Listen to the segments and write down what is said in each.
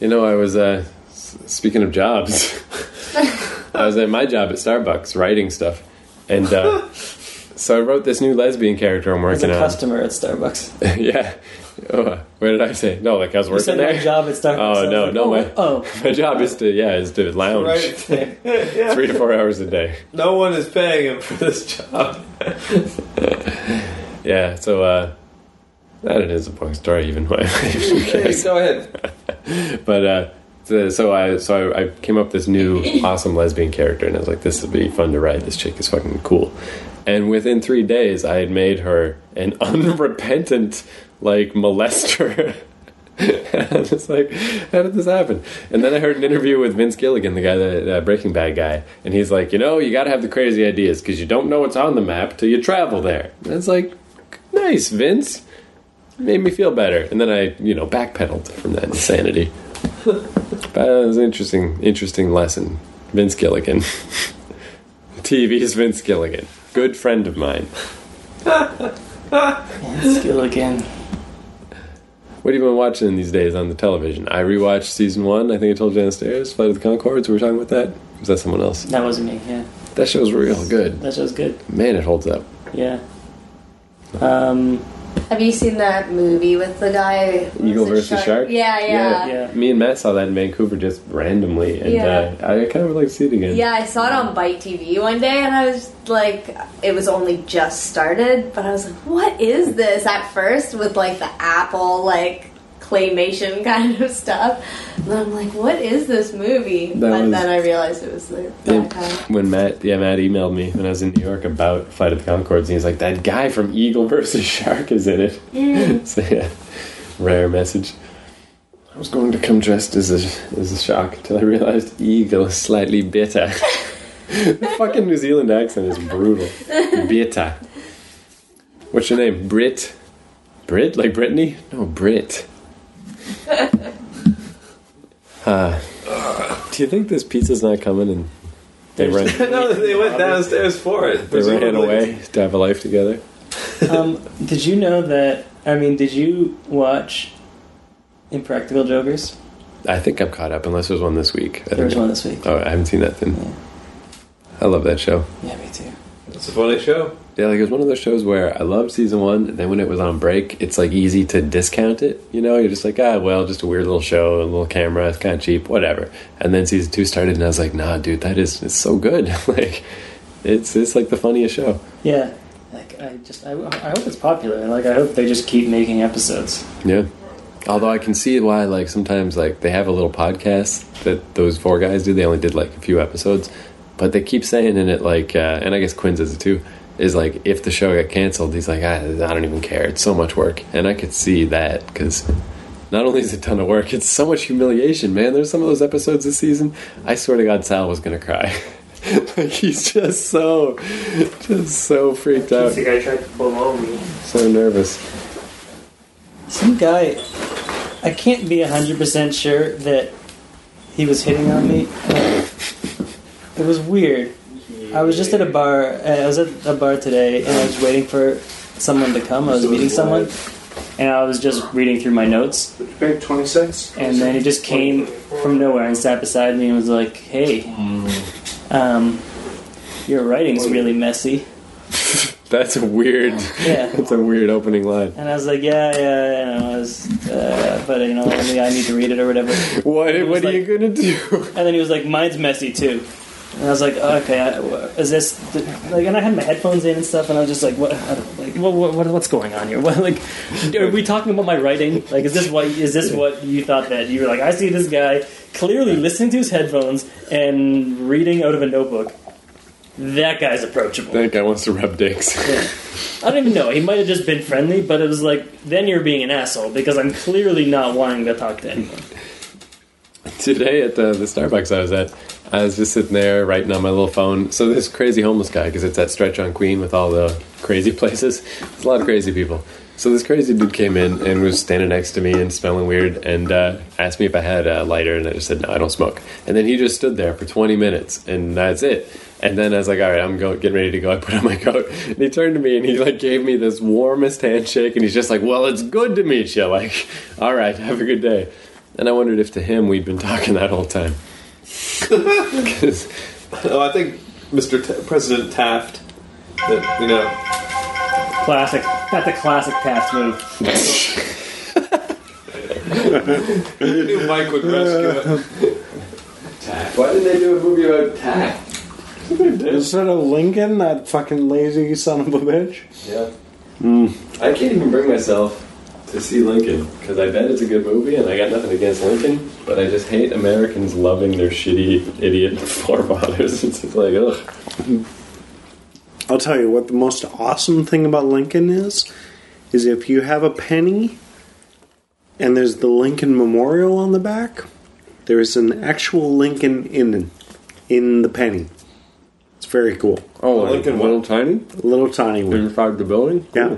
You know, I was uh, s- speaking of jobs. I was at my job at Starbucks writing stuff, and uh, so I wrote this new lesbian character I'm As a working on. customer at Starbucks. yeah. Oh, what did I say? No, like I was You working said there. my job at Starbucks. Oh, I was no, like, no, oh, my- Oh, My job is to yeah is to lounge Right. okay. Yeah. three to four hours a day. No one is paying him for this job. Yeah, so uh, that it is a boring story even. Hey, go ahead. but uh, so, so I so I, I came up with this new awesome lesbian character, and I was like, this would be fun to write. This chick is fucking cool. And within three days, I had made her an unrepentant like molester. and I'm just like, how did this happen? And then I heard an interview with Vince Gilligan, the guy that that Breaking Bad guy, and he's like, you know, you got to have the crazy ideas because you don't know what's on the map till you travel there. And it's like, nice, Vince. Made me feel better, and then I, you know, backpedaled from that insanity. But that was an interesting, interesting lesson. Vince Gilligan. TV's Vince Gilligan. Good friend of mine. Vince Gilligan. What have you been watching these days on the television? I rewatched season one. I think I told you downstairs. Flight of the Concords. We were talking about that. Was that someone else? That wasn't me. Yeah, That show's real good. that show's good. Man, it holds up. Yeah. Um. Have you seen that movie with the guy? what Eagle was it, versus Shark? Yeah, yeah. yeah. Yeah. Me and Matt saw that in Vancouver just randomly, and Yeah. uh, I kind of would like to see it again. I saw it on Bite TV one day, and I was like, it was only just started, but I was like, what is this? At first, with like the apple, like claymation kind of stuff, and then I'm like, what is this movie? That and was- then I realized it was the Yeah. that guy. when Matt, yeah, Matt emailed me when I was in New York about Flight of the Concords, and he's like, that guy from Eagle versus Shark is in it. so, yeah, uh, rare message. I was going to come dressed as a, as a shark until I realized Eagle is slightly bitter. the fucking New Zealand accent is brutal. Bitter. What's your name? Brit? Brit? Like Brittany? No, Brit. Uh, do you think this pizza's not coming and they ran? no, they went downstairs for it. They ran away to have a life together. um. Did you know that? I mean, did you watch Impractical Jokers? I think I'm caught up, unless there's one this week. I There was think- one this week. Oh, I haven't seen that then. Yeah. I love that show. Yeah, me too. It's a funny show. Yeah, like it was one of those shows where I loved season one, and then when it was on break, it's like easy to discount it. You know, you're just like, ah, well, just a weird little show, a little camera, it's kind of cheap, whatever. And then season two started, and I was like, nah, dude, that is it's so good. like, it's it's like the funniest show. Yeah. Like I just I, I hope it's popular. Like I hope they just keep making episodes. Yeah. Although I can see why, like sometimes, like they have a little podcast that those four guys do. They only did like a few episodes, but they keep saying in it, like, uh, and I guess Quinn does it too. Is like if the show got canceled, he's like, "Ah, I, I don't even care. It's so much work, and I could see that because not only is it a ton of work, it's so much humiliation, man. There's some of those episodes this season. I swear to God, Sal was gonna cry. like he's just so, just so freaked out, guy tried to pull over me. so nervous. Some guy. I can't be hundred percent sure that he was hitting on me. It was weird. I was just at a bar. uh, I was at a bar today, and I was waiting for someone to come. I was meeting someone, and I was just reading through my notes, Did you pay 26? and then he just came from nowhere and sat beside me and was like, "Hey, um, your writing's really messy." That's a weird. Yeah. That's a weird opening line. And I was like, yeah, yeah, you know, I was, uh, but you know, only I need to read it or whatever. And What? It was What are you gonna do? then he was like, mine's messy too. And I was like, okay, I- wha- is this th- like? And I had my headphones in and stuff, and I was just like, what, I don't- like, what, what, what what's going on here? What, like, are we talking about my writing? Like, is this what is this what you thought that you were like? I see this guy clearly listening to his headphones and reading out of a notebook. That guy's approachable. That guy wants to rub dicks. Yeah. I don't even know. He might have just been friendly, but it was like, then you're being an asshole because I'm clearly not wanting to talk to anyone. Today at the, the Starbucks I was at, I was just sitting there writing on my little phone. So this crazy homeless guy, because it's that stretch on Queen with all the crazy places. There's a lot of crazy people. So this crazy dude came in and was standing next to me and smelling weird and uh, asked me if I had a lighter, and I just said no, I don't smoke. And then he just stood there for 20 minutes, and that's it. And then I was like, all right, I'm going, getting ready to go. I put on my coat. And he turned to me and he like gave me this warmest handshake. And he's just like, well, it's good to meet you. Like, all right, have a good day. And I wondered if to him we'd been talking that whole time. 'Cause- Oh, I think Mr. Ta President Taft, that, you know, Classic. Got the classic Taft move. I knew Mike would rescue it. Why didn't they do a movie about tact? Instead of Lincoln, that fucking lazy son of a bitch. Yeah. I can't even bring myself to see Lincoln because I bet it's a good movie and I got nothing against Lincoln, but I just hate Americans loving their shitty idiot forefathers. It's just like, ugh. I'll tell you what the most awesome thing about Lincoln is is if you have a penny and there's the Lincoln Memorial on the back, there is an actual Lincoln in in the penny. It's very cool. Oh, Mm. like Lincoln Little Tiny A little tiny one. inside the building. Yeah.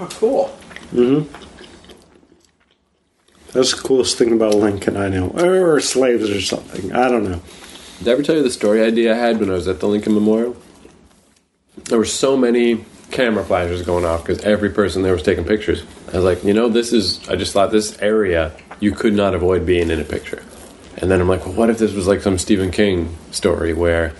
Oh, cool. That's the coolest thing about Lincoln I know. Or slaves or something. I don't know. Did I ever tell you the story idea I had when I was at the Lincoln Memorial? There were so many camera flashes going off because every person there was taking pictures. I was like, you know, this is, I just thought this area, you could not avoid being in a picture. And then I'm like, well, what if this was like some Stephen King story where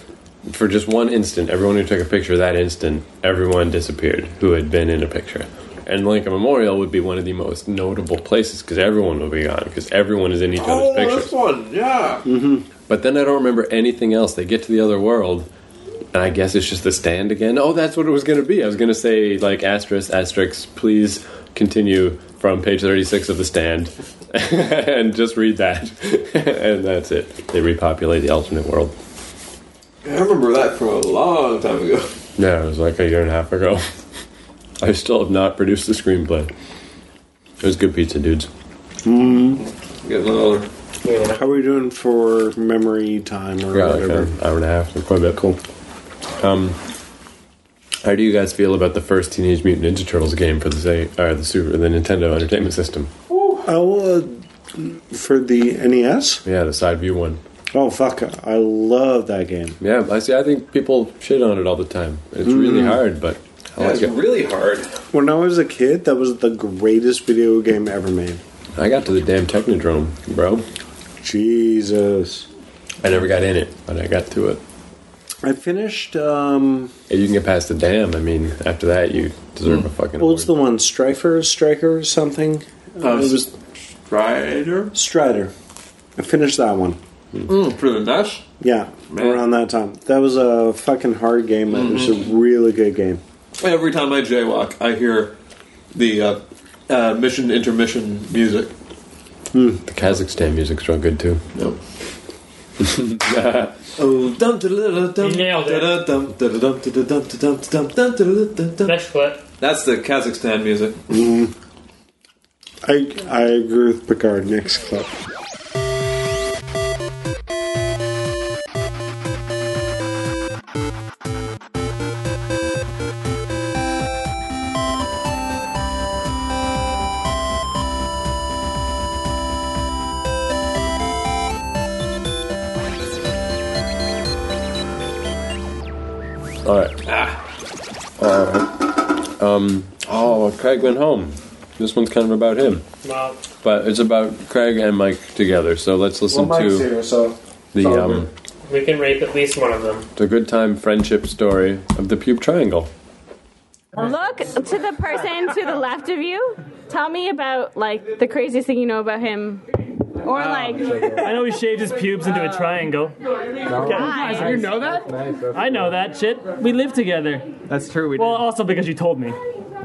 for just one instant, everyone who took a picture that instant, everyone disappeared who had been in a picture. And Lincoln Memorial would be one of the most notable places because everyone will be gone because everyone is in each other's Oh, pictures. this one, yeah. But then I don't remember anything else. They get to the other world, and I guess it's just the stand again. Oh, that's what it was going to be. I was going to say, like, asterisk, asterisk, please continue from page 36 of the stand and just read that. and that's it. They repopulate the alternate world. I remember that from a long time ago. Yeah, it was like a year and a half ago. I still have not produced the screenplay. It was good pizza, dudes. Getting older. How are we doing for memory time or Yeah, like whatever? an hour and a half. so Quite a bit. Cool. Um, how do you guys feel about the first Teenage Mutant Ninja Turtles game for the say, or the Super the Nintendo Entertainment System? Oh, uh, for the NES? Yeah, the side view one. Oh, fuck. I love that game. Yeah, I see. I think people shit on it all the time. It's really hard, but I That's like it. really hard. When I was a kid, that was the greatest video game ever made. I got to the damn Technodrome, bro. Jesus. I never got in it, but I got to it. I finished, um, If you can get past the dam, I mean, after that, you deserve Mm. a fucking. what was the award. one? Strifer, Striker, or something? Uh, it was Strider Strider. I finished that one. Hmm. for the Nash. Yeah, Man. around that time. That was a fucking hard game, but it was a really good game. Every time I jaywalk, I hear the uh, uh, mission intermission music. the Kazakhstan music's real good too. No. oh, dum da da da dum You nailed it. da da dum da da dum da da dum da dum da dum dum da da dum dum. Next clip. That's the Kazakhstan music. I, I agree with Picard. Next clip. All right. Uh, Oh, Craig went home. This one's kind of about him. Wow. But it's about Craig and Mike together. So let's listen to so. the Oh, um, We can rape at least one of them. the good time friendship story of the pube triangle. Look to the person to the left of you. Tell me about like the craziest thing you know about him, or Um, like I know he shaved his pubes into a triangle. Why? You know that? I know that shit. We live together. That's true. We Well, also because you told me. Uh,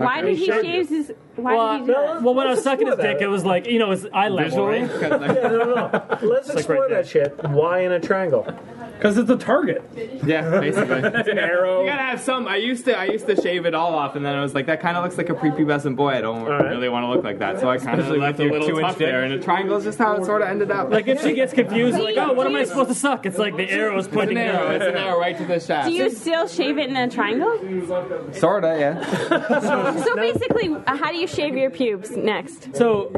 why did he shave his? Why did he do that? Well, when I was sucking his dick, it was like you know, it's eye level. Visually? Right? Let's like explore right there. that shit. Why in a triangle? Because it's a target. yeah, basically. you Arrow. gotta have some. I used to, I used to shave it all off, and then I was like, that kind of looks like a prepubescent boy. I don't right. really want to look like that, so I kind of Especially left with your the little two inch tuft there. there, and a triangle is just how it sort of ended up. Like if she gets confused, like oh, what am I supposed to suck? It's like the arrow is It's pointing an arrow. It's down. an arrow right to the shaft. Do you still shave it in a triangle? Sorta, yeah. So basically, uh, how do you shave your pubes next? So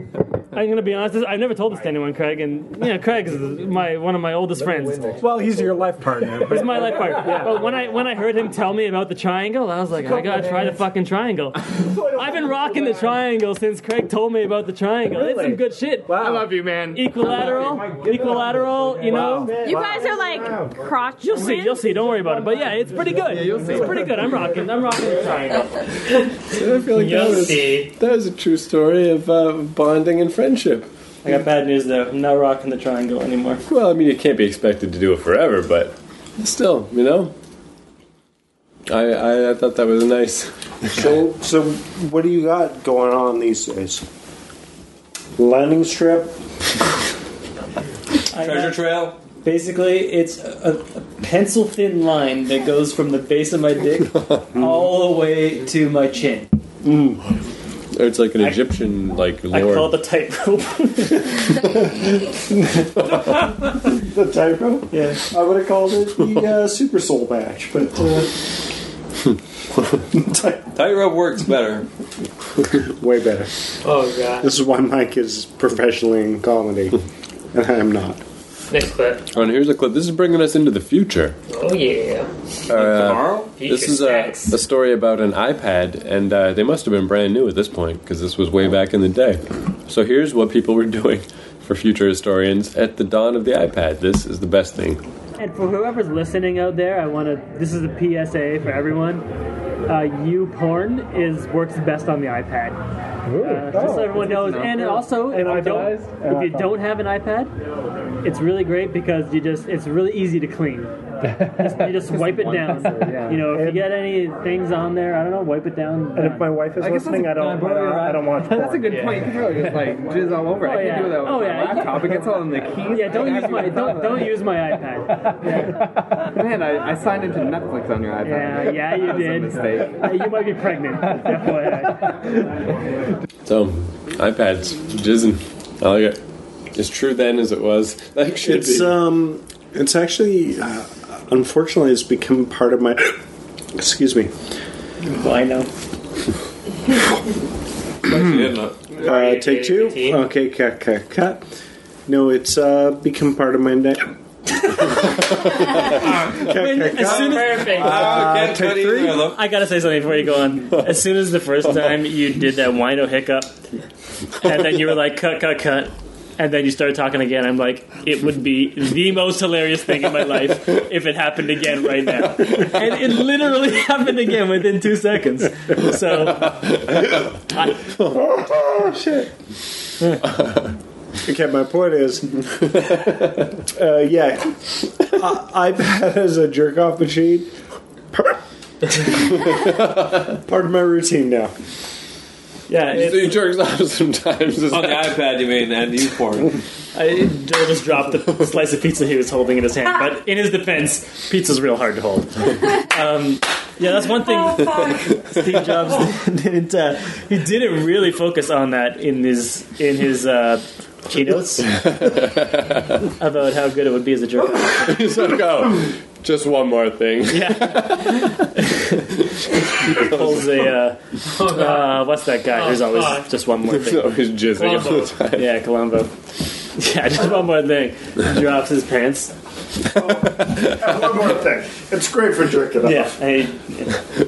I'm gonna be honest. I've never told this to anyone, Craig. And you know, Craig is my one of my oldest friends. Well, he's your life partner. It's my life part. But when I when I heard him tell me about the triangle, I was like, I gotta try the fucking triangle. I've been rocking the triangle since Craig told me about the triangle. It's some Really? good shit. Wow. I love you, man. Equilateral, equilateral. You know, You guys are like crotch. you'll see, you'll see. Don't worry about it. But yeah, it's pretty good. you'll see. It's pretty good. I'm rocking. I'm rocking the triangle. I feel like that was, see. that was a true story of uh, bonding and friendship. I got bad news though. I'm not rocking the triangle anymore. Well, I mean, you can't be expected to do it forever, but still, you know. I, I, I thought that was a nice. So, so what do you got going on these days? Landing strip. Treasure trail. Basically, it's a, a pencil thin line that goes from the base of my dick all the way to my chin. It's like an Egyptian like I call it lord. the tightrope. The typo. yeah. I would have called it the uh, Super Soul Match, but uh, ty- Tightrope works better. way better. Oh god. This is why Mike is professionally in comedy, and I'm not. Next clip. And here's a clip. This is bringing us into the future. Oh yeah. Tomorrow. Future This is a, a sex. story about an iPad, and uh, they must have been brand new at this point because this was way back in the day. So here's what people were doing for future historians at the dawn of the iPad. This is the best thing. And for whoever's listening out there, I want to. This is a PSA for everyone. Uh, U porn is works best on the iPad. Uh, Oh, just so everyone knows. And also, if, you don't, if you don't have an iPad, it's really great because you just it's really easy to clean. Just- you just wipe it down. You know, if you get any things on there, I don't know, wipe it down. And if my wife is I guess that's listening, a I don't- good I don't- idea. I don't watch That's a good point. You can probably just like jizz all over. it. I yeah. can do that with Oh, my yeah. laptop. It gets all in the keys. Yeah, don't I use have my to don't, do don't that. use my iPad. Man, I, I signed into Netflix on your iPad. Yeah, yeah, you That was a did. mistake. Uh, you might be pregnant. FYI. So, iPads, jizzing. I like it. It's true then as it was. Like should It's be. um, it's actually, uh, unfortunately, it's become part of my. excuse me. I know. Uh, take two. Fifteen. Okay, cut, cut, cut. No, it's uh, become part of my day. As soon as, Perfect. can't cut either of them. I gotta say something before you go on. As soon as the first time you did that wino hiccup, and then you were like, cut, cut, cut. And then you started talking again. I'm like, it would be the most hilarious thing in my life if it happened again right now. And it literally happened again within two seconds. So, I, Okay, my point is, uh, yeah, I- iPad as a jerk off machine. Part of my routine now. yeah, So it, you jerks off sometimes. Is On the iPad, you mean, and you porn. I, Uh, Joe just dropped the slice of pizza he was holding in his hand. But in his defense, pizza's real hard to hold. Um, yeah, that's one thing. Steve Jobs didn't. Uh, he didn't really focus on that in his in his uh, keynotes about how good it would be as a jerk. so go. Just one more thing. Yeah, he pulls a uh, uh, what's that guy? There's always fuck. just one more It's thing. always jizzing all the time. Yeah, Columbo. Yeah, just one more thing. Drops his pants. One more thing. It's great for jerking off. Yeah, I,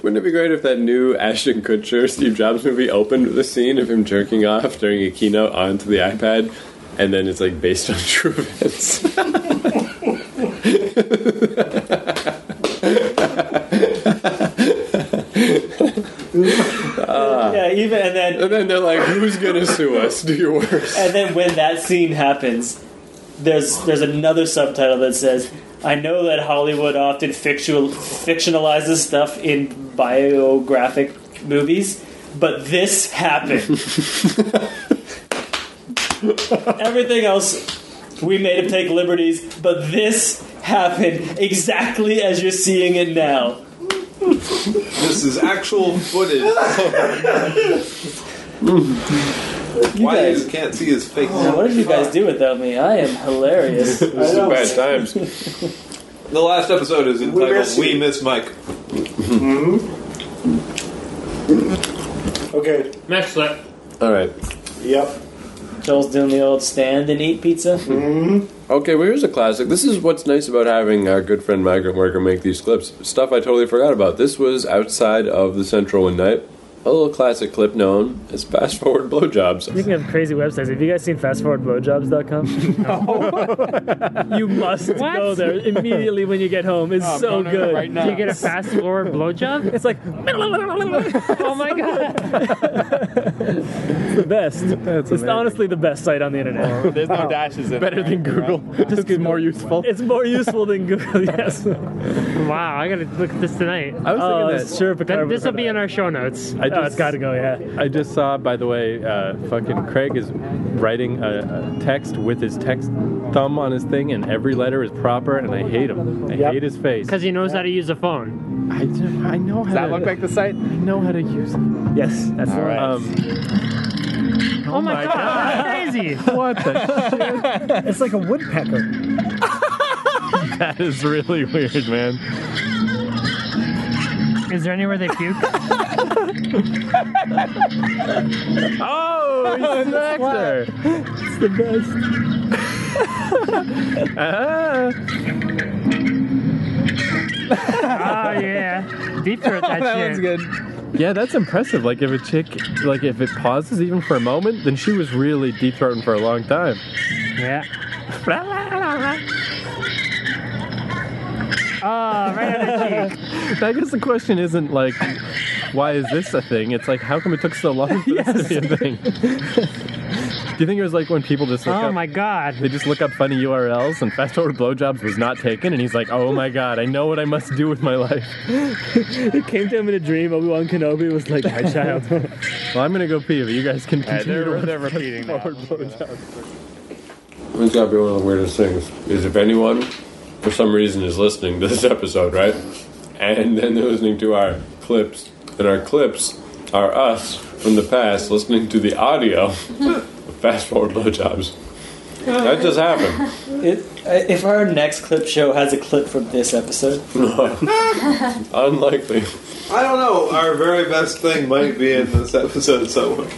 Wouldn't it be great if that new Ashton Kutcher Steve Jobs movie opened with a scene of him jerking off during a keynote onto the iPad, and then it's like based on true events? yeah. Even and then and then they're like, "Who's gonna sue us? Do your worst." And then when that scene happens, there's there's another subtitle that says, "I know that Hollywood often fictual, fictionalizes stuff in biographic movies, but this happened. Everything else, we made him take liberties, but this happened exactly as you're seeing it now." This is actual footage. Why guys- you can't see his face? What did you guys do without me? I am hilarious. This is bad times. The last episode is entitled "We Miss, miss you. Mike." Okay. Next clip. All right. Yep. Joel's doing the old stand and eat pizza. Okay, well, here's a classic. This is what's nice about having our good friend Migrant Worker make these clips. Stuff I totally forgot about. This was outside of the Central one night. A little classic clip known as Fast Forward Blowjobs. Speaking of crazy websites, have you guys seen fastforwardblowjobs.com? you must What? go there immediately when you get home. It's Oh, so boner good. right now. You You get get a a fast. forward blowjob? It's like Oh my god. the best. it's amazing. honestly the best site on the internet. There's no dashes in Better there, than right? Google. This is more useful. It's more useful than Google. Yes. Wow, I gotta look at this tonight. I was Oh, thinking that. sure. Picard Then was this will on be that. in our show notes. I Oh, just it's got to go. Yeah. I just saw, by the way, uh, fucking Craig is writing a, a text with his text thumb on his thing, and every letter is proper, and I hate him. I Yep. hate his face. Because he knows how to use a phone. I, do- I know how Does that to, look like the site? I know how to use it. Yes. That's All right. Um, Oh, my, god, that's crazy. what the? It's like a woodpecker. that is really weird, man. Is there anywhere they puke? Oh, he's an actor. It's the best. Ah. Uh-huh. oh yeah. Deep throat that, That shit. one's good. Yeah, that's impressive. Like if a chick, like if it pauses even for a moment, then she was really deep throating for a long time. Yeah. oh, right on the cheek. I guess the question isn't like, why is this a thing? It's like, how come it took so long for this to be a thing? Do you think it was like when people just look Oh up, my god. they just look up funny URLs and fast forward blowjobs was not taken, and he's like, oh my god, I know what I must do with my life. It came to him in a dream. Obi Wan Kenobi was like, "My child." Well, I'm gonna go pee, but you guys can continue they're- to they're watch repeating that. fast forward blowjobs. It's gotta be one of the weirdest things is if anyone, for some reason, is listening to this episode, right? And then they're listening to our clips, and our clips are us from the past listening to the audio of Fast Forward Blowjobs. That just happened. It, I- if our next clip show has a clip from this episode, Unlikely. I don't know. Our very best thing might be in this episode somewhere.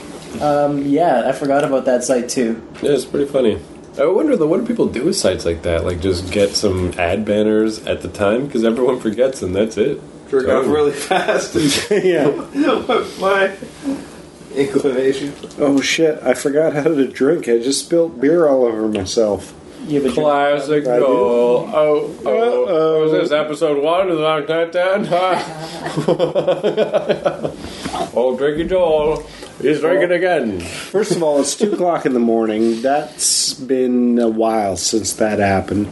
um, yeah, I forgot about that site too. Yeah, it's pretty funny. I wonder though, what do people do with sites like that? Like, just get some ad banners at the time because everyone forgets, and that's it. Jerk off really fast. yeah. my inclination. Oh shit! I forgot how to drink. I just spilt beer all over myself. Yeah, but you're- Classic I do. goal. Oh, oh, Uh-oh. was this episode one of the Knock Knock Down? Old Drinky Joel, he's drinking again. First of all, it's two o'clock in the morning. That's been a while since that happened.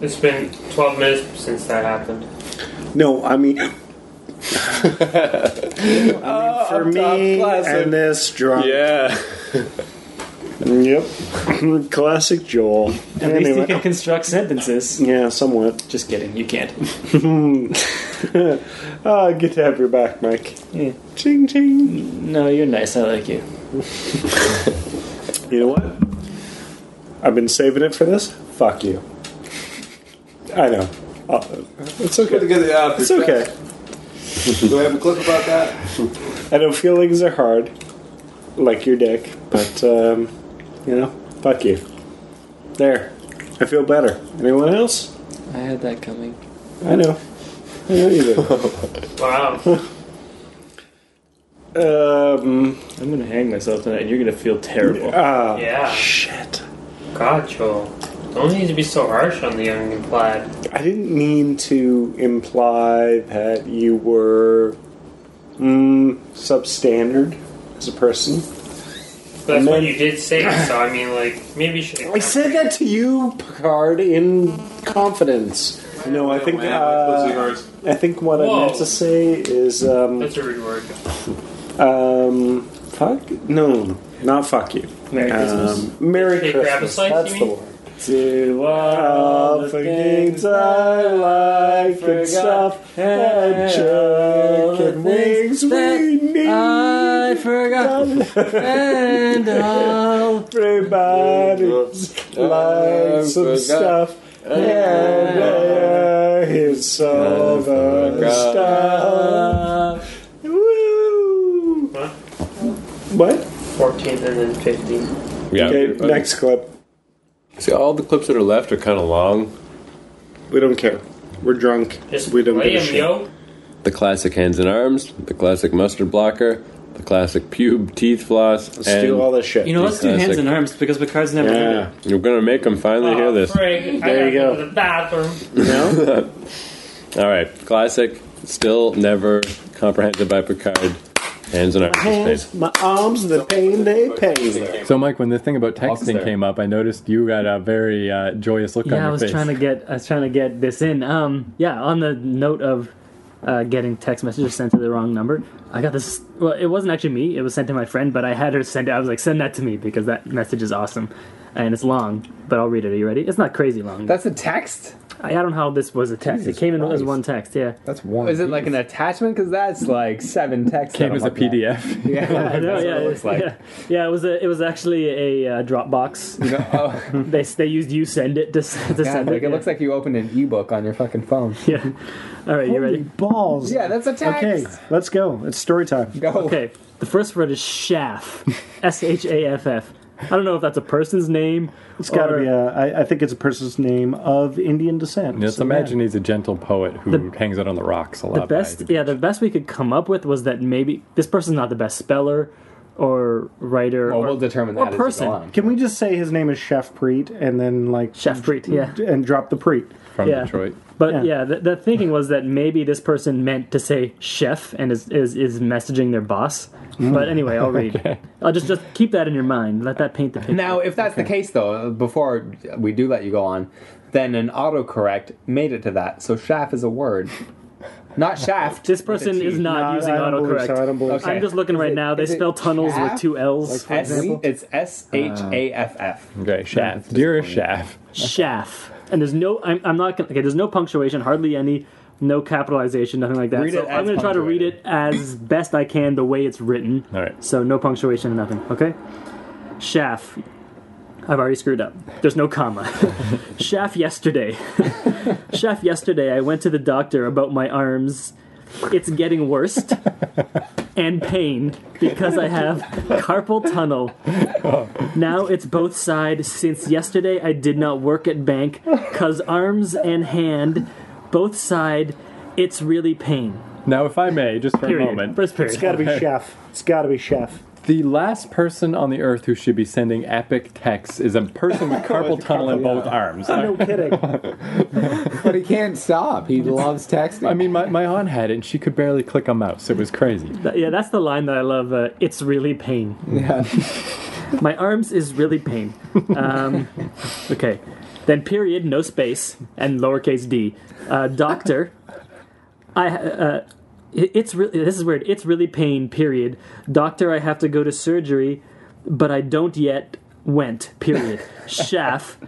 It's been 12 minutes since that happened. No, I mean. I mean, for me classic. and this drunk. Yeah, Yep. Classic Joel. at least you can Anyway. construct sentences. Yeah, somewhat. Just kidding, you can't. Ah, good to have your back, Mike. Yeah. Ching ching. No, you're nice. I like you. You know what? I've been saving it for this. Fuck you. I know. Uh, it's Good to okay. get it out. of It's your chest. okay. Do I have a clip about that? I know feelings are hard, like your dick, but um, you know, fuck you. There, I feel better. Anyone else? I had that coming. I know. I know you do. Wow. um, I'm gonna hang myself tonight, and you're gonna feel terrible. ah, Yeah. shit. God, Joel. Don't need to be so harsh on the young and plaid. I didn't mean to imply that you were mm, substandard as a person. That's Man. what you did say, so I mean, like, maybe you should. I said that to you, Picard, in confidence. No, I think Oh, Man, my pussy uh, hurts. I think what I Whoa. meant to say is um, That's a rude word. um, fuck no, not fuck you. Merry Christmas. Um, Merry Hey, grab a Christmas. slice, That's you the mean? word. To all All the the things things I like forgot and stuff and and jerk all the and wings things that we need. I forgot and all. Everybody's likes some stuff. And uh, his all the stuff. Woo! Huh? What? 14 and then 15. Yeah. Okay, next clip. See, all the clips that are left are kind of long. We don't care. We're drunk. we don't play give a 'em, shit. yo. The classic hands and arms, the classic mustard blocker, the classic pube teeth floss. Let's do all this shit. You know, let's do hands and arms because Picard's never done it. You're gonna make them finally Oh, hear this. Frig, I There you gotta go. to The bathroom. all right, classic, still never comprehended by Picard. Hands and arms. please. Hands, my arms, the pain they pay. So, Mike, when the thing about texting there. came up, I noticed you got a very uh, joyous look on yeah, your I was face. trying to get I was trying to get this in. Um, yeah, on the note of uh, getting text messages sent to the wrong number, I got this. Well, it wasn't actually me; it was sent to my friend, but I had her send it. I was like, send that to me because that message is awesome, and it's long. But I'll read it. Are you ready? It's not crazy long. That's a text. I, I don't know how this was a text. Jesus it came in as Christ. one text. Yeah, That's one. Is it like an attachment? Because that's like seven texts. Came as a PDF. Yeah, Yeah, I know, that's yeah, what it looks like. yeah, yeah. It was a, it was actually a uh, Dropbox. they they used you send it to, s- to Yeah, send like it. it looks like you opened an ebook on your fucking phone. Yeah. All right, you ready? balls. Yeah, that's a text. Okay, let's go. It's story time. Go. Okay, the first word is Shaff. S H A F F. I don't know if that's a person's name. It's got to or- be a. I, I think it's a person's name of Indian descent. Just So, imagine yeah. he's a gentle poet who hangs out on the rocks a lot. The best, yeah, the best we could come up with was that maybe this person's not the best speller or writer. Well, or, we'll determine or person. Can we just say his name is Chef Preet and then like Chef Preet, yeah. and drop the Preet From Yeah. Detroit. But yeah, the, the thinking was that maybe this person meant to say chef and is is, is messaging their boss. But anyway, I'll read. I'll just just keep that in your mind. Let that paint the picture. Now, if that's the case, though, before we do let you go on, then an autocorrect made it to that. So shaft is a word, not shaft. This person is not using autocorrect. Okay. am just looking right now. They is it spell tunnels chaff? with two L's. for S- example. it's S H A F F. Okay, Shaft. Dear Shaft. Shaff. And there's no, I'm, I'm not gonna, okay, there's no punctuation, hardly any, no capitalization, nothing like that. Read so it I'm as gonna try to read it as best I can the way it's written. All right. So no punctuation, nothing, okay? Shaff. I've already screwed up. There's no comma. Shaff yesterday. Shaff yesterday, I went to the doctor about my arms. It's getting worse and pain because I have carpal tunnel. Now it's both sides. Since yesterday, I did not work at bank, cause arms and hand, both side, it's really pain. Now, if I may, just for Period. a moment. First period. It's got to be Okay. Chef. It's got to be Chef. The last person on the earth who should be sending epic texts is a person with carpal tunnel in both arms. No kidding. But he can't stop. He loves texting. I mean, my, my aunt had it, and she could barely click a mouse. It was crazy. Th- Yeah, that's the line that I love. Uh, it's really pain. Yeah. My arms is really pain. Um, okay. Then period, no space, and lowercase d. Uh, doctor, I uh, it- it's really this is weird. It's really pain. Period. Doctor, I have to go to surgery, but I don't yet went. Period. Shaff.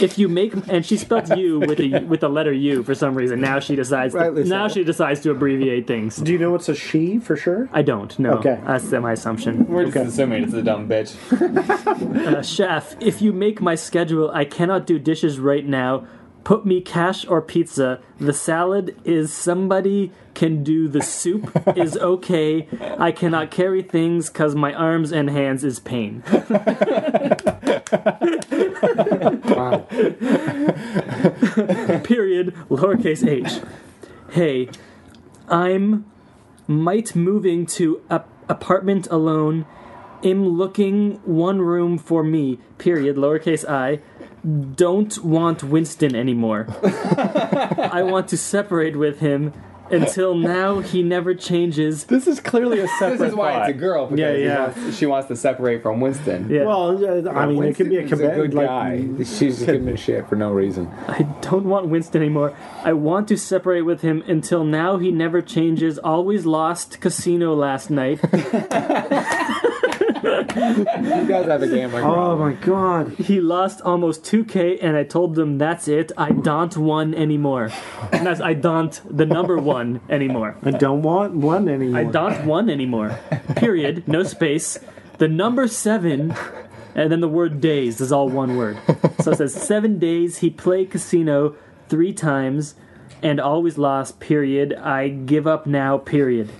If you make and she spelled you with a with a letter U for some reason. Now she decides. To, Rightly so. now she decides to abbreviate things. Do you know it's a she for sure? I don't know. Okay. That's my assumption. We're just assuming it's a dumb bitch. Uh, chef, if you make my schedule, I cannot do dishes right now. Put me cash or pizza. The salad is somebody can do. The soup is okay. I cannot carry things because my arms and hands is pain. Period. Lowercase h. Hey, I'm might moving to a- apartment alone. Am looking one room for me. Period. Lowercase i. Don't want Winston anymore. I want to separate with him. Until now, he never changes. This is clearly a separate. This is why it's a girl. Because Yeah, he yeah. wants- she wants to separate from Winston. Yeah. Well, uh, I mean, it could be a, Winston's Quebec, good like, guy. She's just giving him shit for no reason. I don't want Winston anymore. I want to separate with him until now. He never changes. Always lost casino last night. He does have a gambling Oh problem. my god. he lost almost 2K, and I told them that's it. I don't one anymore. And that's I don't the number one anymore. I don't want one anymore. I don't one anymore. Period. No space. The number seven, and then the word days is all one word. So it says seven days. He played casino three times. and always lost, period. I give up now, period.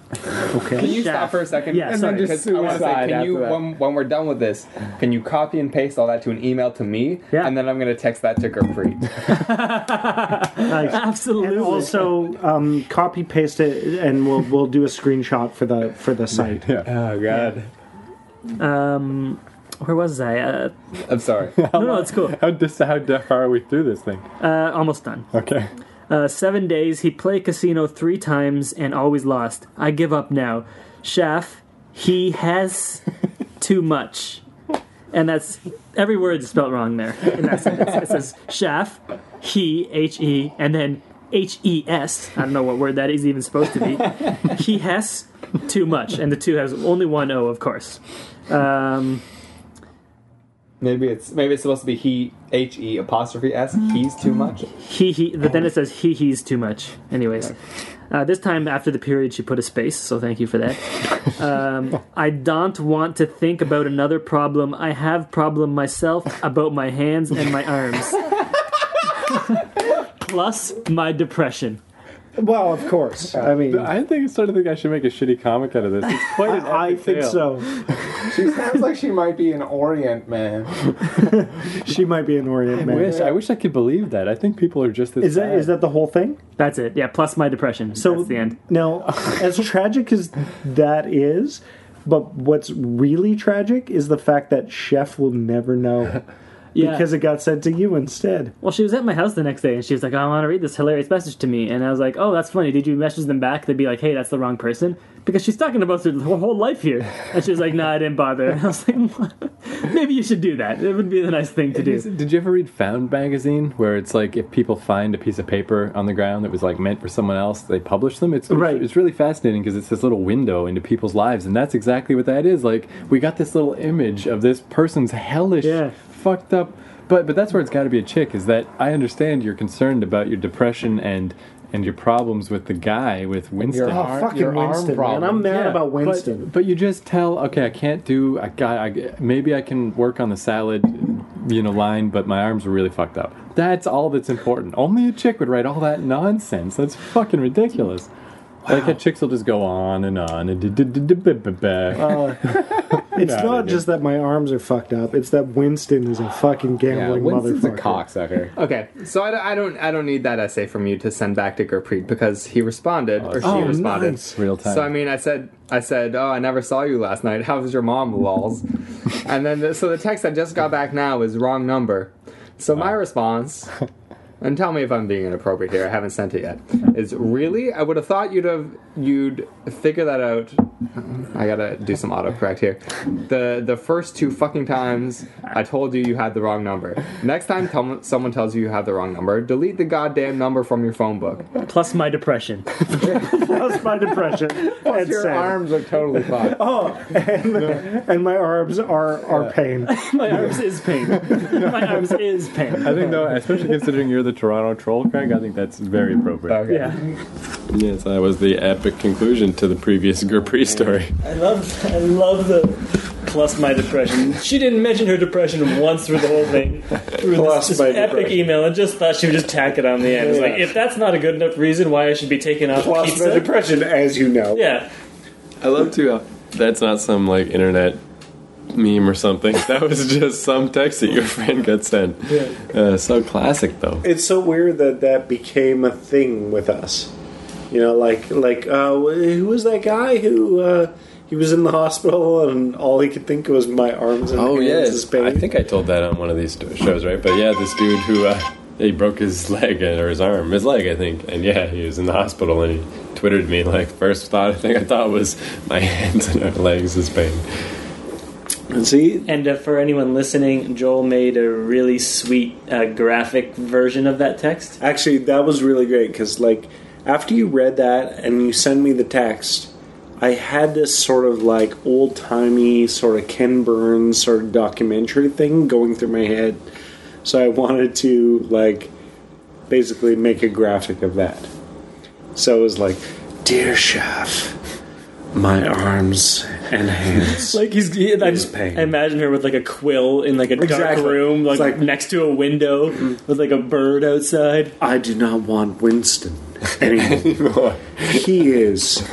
Okay. Can you Shaft. stop for a second? Yeah, sorry. Because I want to say, can you, when, when we're done with this, can you copy and paste all that to an email to me? Yeah. And then I'm going to text that to Gerfried. Absolutely. And also, um, copy paste it, and we'll we'll do a screenshot for the for the site. Oh god. Um, where was I? Uh, I'm sorry. no, no, it's cool. How, dis- how de- far are we through this thing? Uh, almost done. Okay. Uh, seven days. He played casino three times and always lost. I give up now. Shaf, he has too much. And that's every word is spelled wrong there. In that sentence. It says Shaf, he, H E, and then H E S. I don't know what word that is even supposed to be. he has too much. And the two has only one O, of course. Um, Maybe it's maybe it's supposed to be he h e apostrophe s. He's too much. he he but then it says he he's too much anyways uh, this time after the period she put a space so thank you for that um, i don't want to think about another problem i have problem myself about my hands and my arms plus my depression well of course i mean I think I started to think I should make a shitty comic out of this. It's quite an I epic think tale. so. She sounds like she might be an Orient man. She might be an Orient I man. wish I wish I could believe that. I think people are just this. Is that bad. is that the whole thing? that's it yeah plus my depression so that's the end Now, as tragic as that is, but what's really tragic is the fact that Chef will never know Yeah. because it got sent to you instead. well she was at my house the next day and she was like "Oh, i want to read this hilarious message to me and i was like oh that's funny did you message them back they'd be like hey that's the wrong person because she's talking about her whole life here and she was like no i didn't bother and i was like maybe you should do that it would be the nice thing to do Is- Did you ever read Found Magazine, where it's like if people find a piece of paper on the ground that was like meant for someone else, they publish them? It's Right. It's really fascinating because it's this little window into people's lives, and that's exactly what that is. Like we got this little image of this person's hellish, fucked up. But but that's where it's got to be a chick. Is that I understand you're concerned about your depression and and your problems with the guy with Winston. Oh, fucking Winston, man. I'm mad Yeah, about but- Winston. But, you just tell, okay, I can't do. I got. I, maybe I can work on the salad, you know, line, but my arms are really fucked up. That's all that's important. Only a chick would write all that nonsense. That's fucking ridiculous. Like how chicks will just go on and on and. Uh, it's outta not here. just that my arms are fucked up; it's that Winston is a fucking gambling Winston's a motherfucker. cocksucker. Okay, so I, don't- I don't I don't need that essay from you to send back to Gertrude because he responded or she Oh, responded nice. Real time. So I mean, I said I said, oh, I never saw you last night. How was your mom, lols? and then the, so the text I just got back now is wrong number. So my response. And tell me if I'm being inappropriate here. I haven't sent it yet. Is really? I would have thought you'd have you'd figure that out. I gotta do some autocorrect here. The the first two fucking times I told you you had the wrong number. Next time tell, someone tells you you have the wrong number, delete the goddamn number from your phone book. plus my depression Plus my depression. and your sad. arms are totally fine. Oh, and, and my arms are are pain. my arms is pain my arms is pain I think though, especially considering you're the Toronto troll, Craig, I think that's very appropriate. yeah Yes, that was the epic conclusion to the previous Gerpri story. I love, I love the plus my depression. She didn't mention her depression once through the whole thing, through Plus this, my this epic depression. email, and just thought she would just tack it on the end. It's like if that's not a good enough reason why I should be taken off Plus pizza. my depression, as you know. Yeah, I love to. Uh, that's not some like internet meme or something. That was just some text that your friend got sent. Yeah. Uh, so classic though. It's so weird that that became a thing with us. You know, like like uh, who was that guy who uh, he was in the hospital and all he could think was my arms and Oh hands yes, is pain. I think I told that on one of these shows, right? But yeah, this dude who uh, he broke his leg or his arm, his leg, I think, and yeah, he was in the hospital and he twittered me like first thought I think I thought was my hands and our legs is pain. And see, and uh, for anyone listening, Joel made a really sweet uh, graphic version of that text. Actually, that was really great because, like, after you read that and you send me the text, I had this sort of like old timey, sort of Ken Burns sort of documentary thing going through my head. So I wanted to, like, basically make a graphic of that. So it was like, Dear Chef, my arms and hands. like he's, he, I Is just pain. I imagine her with like a quill in like a Exactly. dark room, like, It's like- next to a window with like a bird outside. I do not want Winston anymore. he is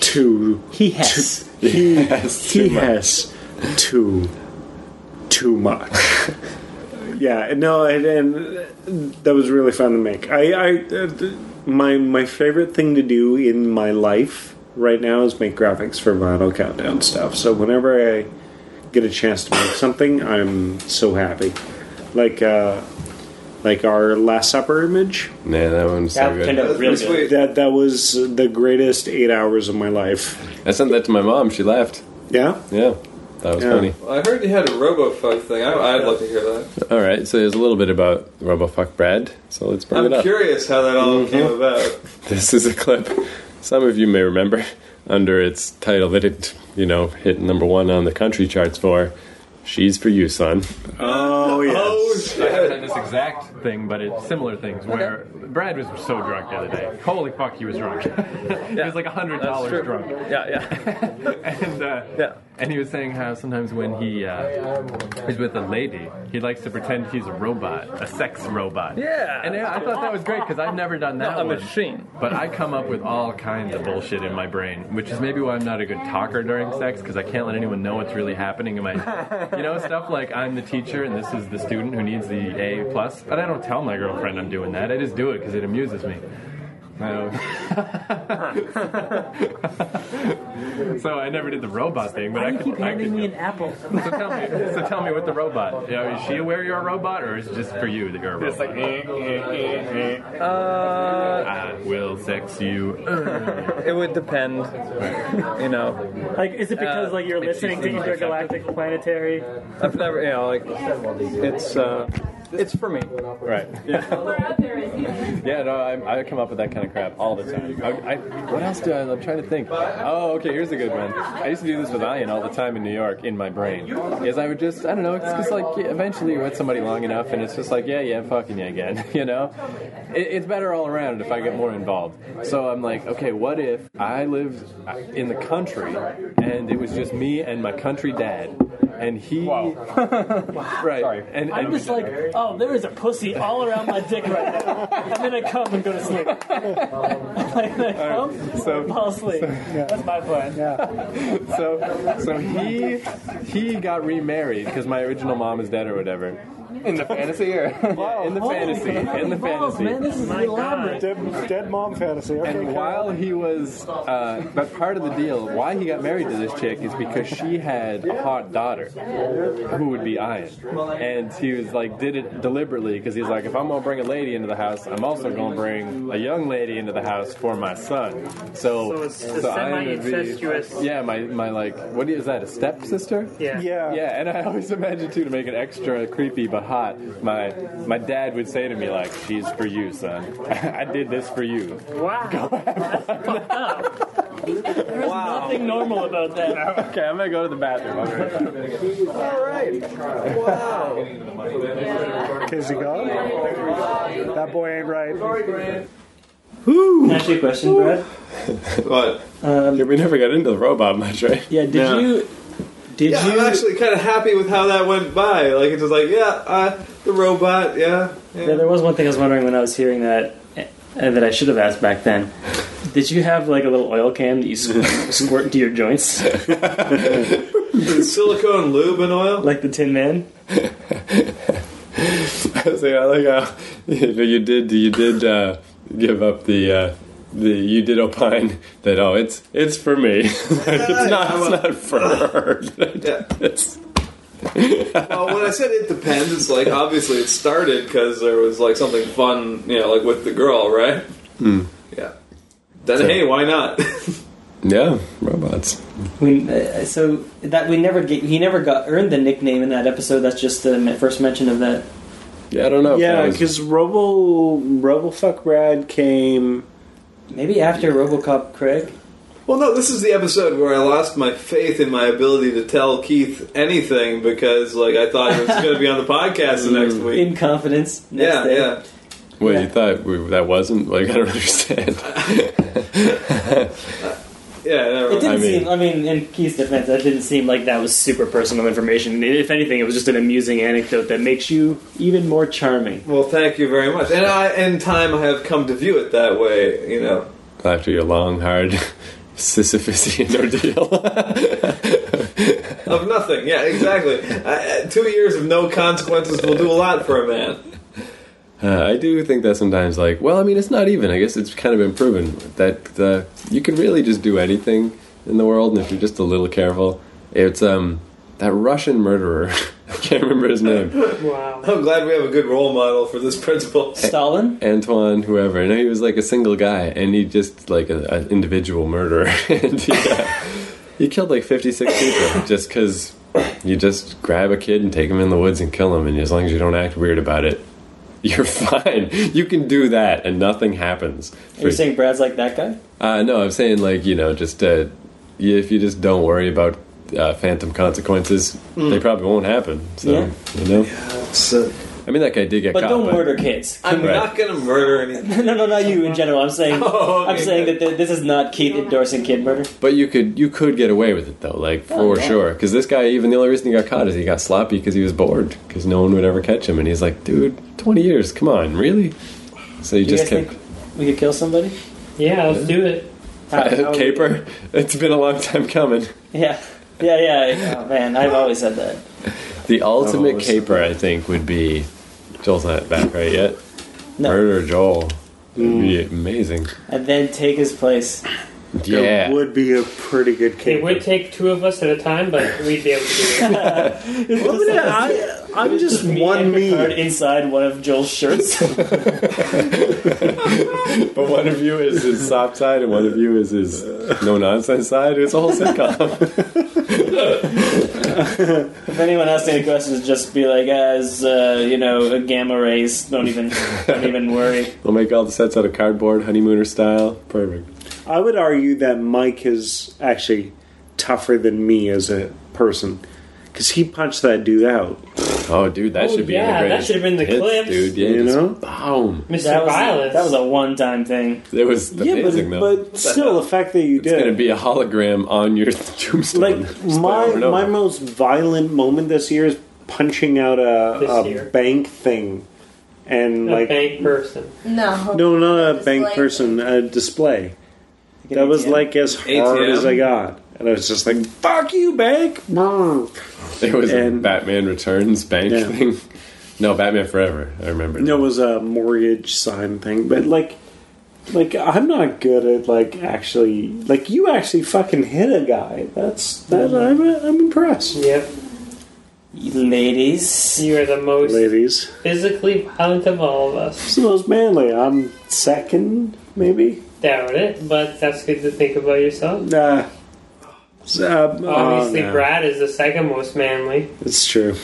too. He has. Too, he has. He has too. Too much. yeah. No. And, and that was really fun to make. I. I uh, th- my my favorite thing to do in my life right now is make graphics for vinyl countdown stuff. So whenever I get a chance to make something, I'm so happy. Like uh, like our Last Supper image. Yeah, that one's so good. That that was the greatest eight hours of my life. I sent that to my mom. She laughed. Yeah. Yeah, that was Yeah. funny. I heard you had a RoboFuck thing. I, I'd love to hear that. All right, so there's a little bit about RoboFuck Brad. So let's bring it I'm up. Mm-hmm. curious how that all came about. This is a clip some of you may remember under its title that it, you know, hit number one on the country charts for "She's for You, Son." Oh yes. I haven't done this exact thing, but it's similar things where Brad was so drunk the other day. Holy fuck, he was drunk. he was like hundred dollars drunk. Yeah, yeah. and uh, yeah. And he was saying how sometimes when he uh, is with a lady, he likes to pretend he's a robot, a sex robot. Yeah. And I I thought that was great because I've never done that. Not a one. machine. But I come up with all kinds of bullshit in my brain, which is maybe why I'm not a good talker during sex because I can't let anyone know what's really happening in my, you know, stuff like I'm the teacher and this is the student who needs the A plus. But I don't tell my girlfriend I'm doing that. I just do it because it amuses me. I don't- so I never did the robot thing, but I could. I could me an apple? so tell me, so tell me what the robot. You know, is she aware you're a robot, or is it just for you that you're a robot? It's like, I will sex you. it would depend, you know. Like, is it because Uh, like you're if listening to she's not intergalactic planetary? I've never, you know, like it's uh, it's for me. Right. Yeah, no, I, I come up with that kind of crap all the time. I, I, what else do I? I'm trying to think. Oh, okay, here's a good one. I used to do this with Ian all the time in New York in my brain. Is I would just, I don't know, it's just like yeah, eventually you're with somebody long enough and it's just like, yeah, yeah, I'm fucking you again, you know? It, it's better all around if I get more involved. So I'm like, okay, what if I lived in the country and it was just me and my country dad and he. right. And, and I'm just like, oh, there is a pussy all around my dick right now, and then I come and go to sleep. like, I come, I fall asleep. That's my plan. so so he he got remarried because my original mom is dead or whatever. In the fantasy or yeah, in the fantasy. Oh, In the fantasy. Dead, dead mom fantasy. Okay, And while he was, uh, but part of the deal, why he got married to this chick is because she had a hot daughter who would be Ian. And he was like, did it deliberately because he's like, if I'm going to bring a lady into the house, I'm also going to bring a young lady into the house for my son. So, So it's- it's Ian would be- semi-incestuous. Yeah, my, my like, what is that, a stepsister? Yeah. Yeah. Yeah, and I always imagine too to make it extra creepy but hot. My my dad would say to me like, "She's for you, son. I did this for you." There's nothing normal about that. Okay, I'm gonna go to the bathroom. All Is he gone? That boy ain't right. Sorry, Grant. Who? Can I ask you a question, Brad? What? yeah, we never got into the robot much, right? Yeah. Did No. you? Did yeah, you? I'm actually kind of happy with how that went by. Like it's just like, yeah, uh, the robot, yeah. yeah. Yeah, there was one thing I was wondering when I was hearing that eh, that I should have asked back then. Did you have like a little oil can that you squirt squirt into your joints, silicone lube and oil, like the Tin Man? so yeah, I like how you did you did uh, give up the uh, the you did opine that oh it's it's for me. Like, it's not it's not for her. well, Uh, when I said it depends, it's like obviously it started because there was like something fun, you know, like with the girl, right? Hmm. Yeah. Then So- hey, why not? Yeah, robots. We, uh, so that we never get, he never got earned the nickname in that episode. That's just the me- first mention of that. Yeah, I don't know. Yeah, because Robo RoboFuck Brad came. Maybe after RoboCop Craig. well, no, this is the episode where I lost my faith in my ability to tell Keith anything because like I thought it was going to be on the podcast the Hmm. next week. in confidence. Next Yeah, day. yeah. Wait, you thought we, that wasn't like I don't understand. Yeah, never It mind. didn't seem. I mean, in Keith's defense, that didn't seem like that was super personal information. If anything, it was just an amusing anecdote that makes you even more charming. Well, thank you very much. And I, in time, I have come to view it that way. You know, After your long, hard Sisyphusian ordeal. of nothing. Yeah, exactly. I, I- two years of no consequences will do a lot for a man. Uh, I do think that sometimes, like, well, I mean, it's not even. I guess it's kind of been proven that uh, you can really just do anything in the world, and if you're just a little careful, it's um that Russian murderer. I can't remember his name. Wow. I'm glad we have a good role model for this principle. Stalin? Antoine, whoever. I know he was like a single guy, and he just like a- an individual murderer, and he, uh, he killed like fifty six people just because you just grab a kid and take him in the woods and kill him, and as long as you don't act weird about it, you're fine. You can do that, and nothing happens. You're saying Brad's like that guy? Uh, no, I'm saying like you know, just uh, you, if you just don't worry about uh, phantom consequences, Mm. they probably won't happen. So you know, I mean that guy did get uh, But caught. don't murder kids. I'm Right. not gonna murder anything. no, no, not you in general. I'm saying, Oh, I'm saying that th- this is not Keith endorsing kid murder. But you could you could get away with it though, like for Oh, yeah. sure. Because this guy, even the only reason he got caught is he got sloppy because he was bored because no one would ever catch him, and he's like, dude, twenty years, come on, really? So he You just guys kept We could kill somebody. Yeah, let's do it. uh, caper. It's been a long time coming. Yeah, yeah, yeah. Oh, man, I've always said that. The ultimate always- caper, I think, would be Joel's not back right yet. No. Murder Joel. It'd be amazing. And then take his place. Yeah. would be a pretty good case. It would take two of us at a time, but we'd be able to do it. I, I'm just one me. Picard inside one of Joel's shirts. But one of you is his soft side, and one of you is his no nonsense side. It's a whole sitcom. if anyone asks any questions, just be like, as uh, you know, gamma rays. Don't even, don't even worry. They'll make all the sets out of cardboard, honeymooner style. Perfect. I would argue that Mike is actually tougher than me as a person because he punched that dude out. Oh, dude, that Oh, should be in the yeah, that greatest should have been the hits, clips. dude. Yeah, you just know, boom, Mr. That was- Violence. That was a one-time thing. It was amazing, yeah, though. but, but still, the fact that you It's going to did. be a hologram on your tombstone. My over and over. my most violent moment this year is punching out This a, year. a bank thing, and A like bank person. No. no, not a bank person, a display. That was like as hard ATM? as I got, and I was just like, "Fuck you, bank!" No. It was a Batman Returns bank Yeah. thing. No, Batman Forever. I remember. No, it was a mortgage sign thing, but like, like I'm not good at like actually, like you actually fucking hit a guy. That's that. I'm I'm impressed. Yep. Ladies. You are the most Ladies, physically violent of all of us. it's the most manly. I'm second, maybe. Doubt it, but that's good to think about yourself. Nah. Uh, Obviously, oh, no. Brad is the second most manly. It's true.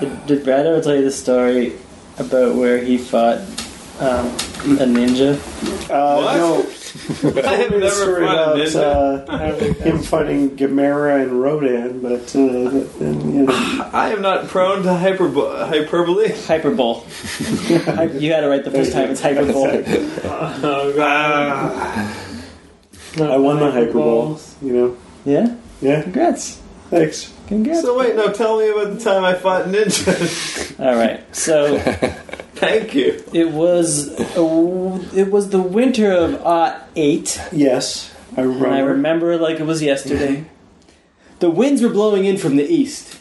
Did, did Brad ever tell you the story about where he fought um, a ninja? Uh, No, I have never Sorry fought a about, ninja. uh, him fighting Gamera and Rodan, but uh, then, you know, I am not prone to hyperbo- hyperbole. Hyperbole. you had it right the first time. It's hyperbole. I won my hyperbole. You know, Yeah. yeah. Congrats. Thanks. Congrats. So wait, no, tell me about the time I fought ninjas. All right. So Thank you. it was uh, it was the winter of uh, eight. Yes, I And I remember. remember it like it was yesterday. the winds were blowing in from the east.